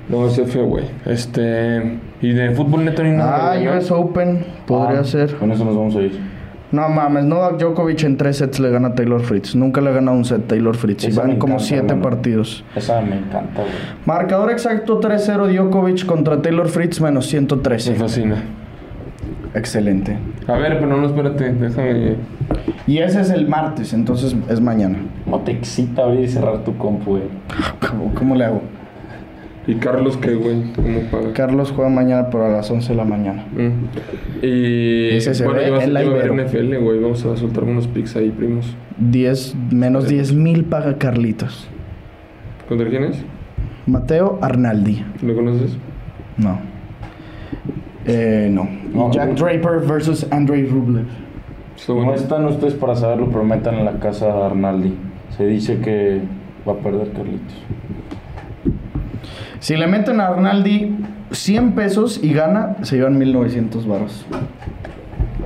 Speaker 4: No, ese fue, güey. Este. Y de fútbol neto ni nada.
Speaker 2: Ah,
Speaker 4: ¿verdad?
Speaker 2: US Open podría
Speaker 5: Ah,
Speaker 2: ser.
Speaker 5: Con eso nos vamos a ir.
Speaker 2: No mames, Novak Djokovic en tres sets le gana a Taylor Fritz. Nunca le ha ganado un set Taylor Fritz. Y
Speaker 5: Eso
Speaker 2: van
Speaker 5: me
Speaker 2: como
Speaker 5: encanta,
Speaker 2: siete
Speaker 5: hermano.
Speaker 2: partidos.
Speaker 5: Esa me encanta, güey.
Speaker 2: Marcador exacto 3-0 Djokovic contra Taylor Fritz menos
Speaker 4: Me
Speaker 2: 113.
Speaker 4: fascina.
Speaker 2: Excelente.
Speaker 4: A ver, pero no, espérate. Déjame.
Speaker 2: Y ese es el martes, entonces es mañana.
Speaker 5: No te excita abrir y cerrar tu compu, güey.
Speaker 2: ¿Cómo, cómo le hago?
Speaker 4: ¿Y Carlos qué, güey? ¿Cómo paga?
Speaker 2: Carlos juega mañana, pero a las 11 de la mañana.
Speaker 4: Mm. Y
Speaker 2: Ese se
Speaker 4: bueno,
Speaker 2: ve
Speaker 4: ya vas-
Speaker 2: en la
Speaker 4: ya va a haber
Speaker 2: Ibero.
Speaker 4: NFL, güey. Vamos a soltar unos picks ahí, primos.
Speaker 2: 10, menos 10 mil paga Carlitos.
Speaker 4: ¿Contra quién es?
Speaker 2: Mateo Arnaldi.
Speaker 4: ¿Lo conoces?
Speaker 2: No. Eh, no.
Speaker 5: No,
Speaker 2: Jack
Speaker 5: no.
Speaker 2: Draper versus Andrei Rublev.
Speaker 4: Está
Speaker 5: No
Speaker 4: bueno.
Speaker 5: están ustedes para saberlo, pero metan en la casa a Arnaldi.
Speaker 3: Se dice que va a perder Carlitos.
Speaker 2: Si le meten a Arnaldi 100 pesos y gana, se llevan 1900 varos.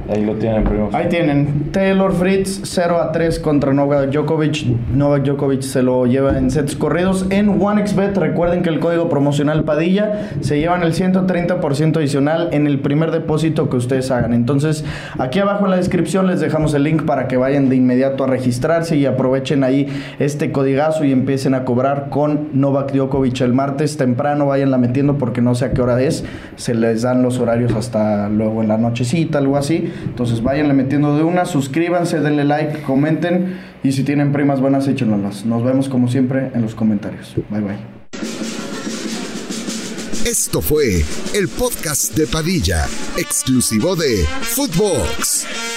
Speaker 3: Ahí lo tienen, primos.
Speaker 2: Ahí tienen. Taylor Fritz 0 a 3 contra Novak Djokovic. Novak Djokovic se lo lleva en sets corridos en OneXBet. Recuerden que el código promocional Padilla se llevan el 130% adicional en el primer depósito que ustedes hagan. Entonces, aquí abajo en la descripción les dejamos el link para que vayan de inmediato a registrarse y aprovechen ahí este codigazo y empiecen a cobrar con Novak Djokovic el martes temprano. Vayanla metiendo porque no sé a qué hora es. Se les dan los horarios hasta luego en la nochecita, algo así. Entonces váyanle metiendo de una, suscríbanse, denle like, comenten y si tienen primas buenas, échenlas. Nos vemos como siempre en los comentarios. Bye bye.
Speaker 1: Esto fue el podcast de Padilla, exclusivo de Footbox.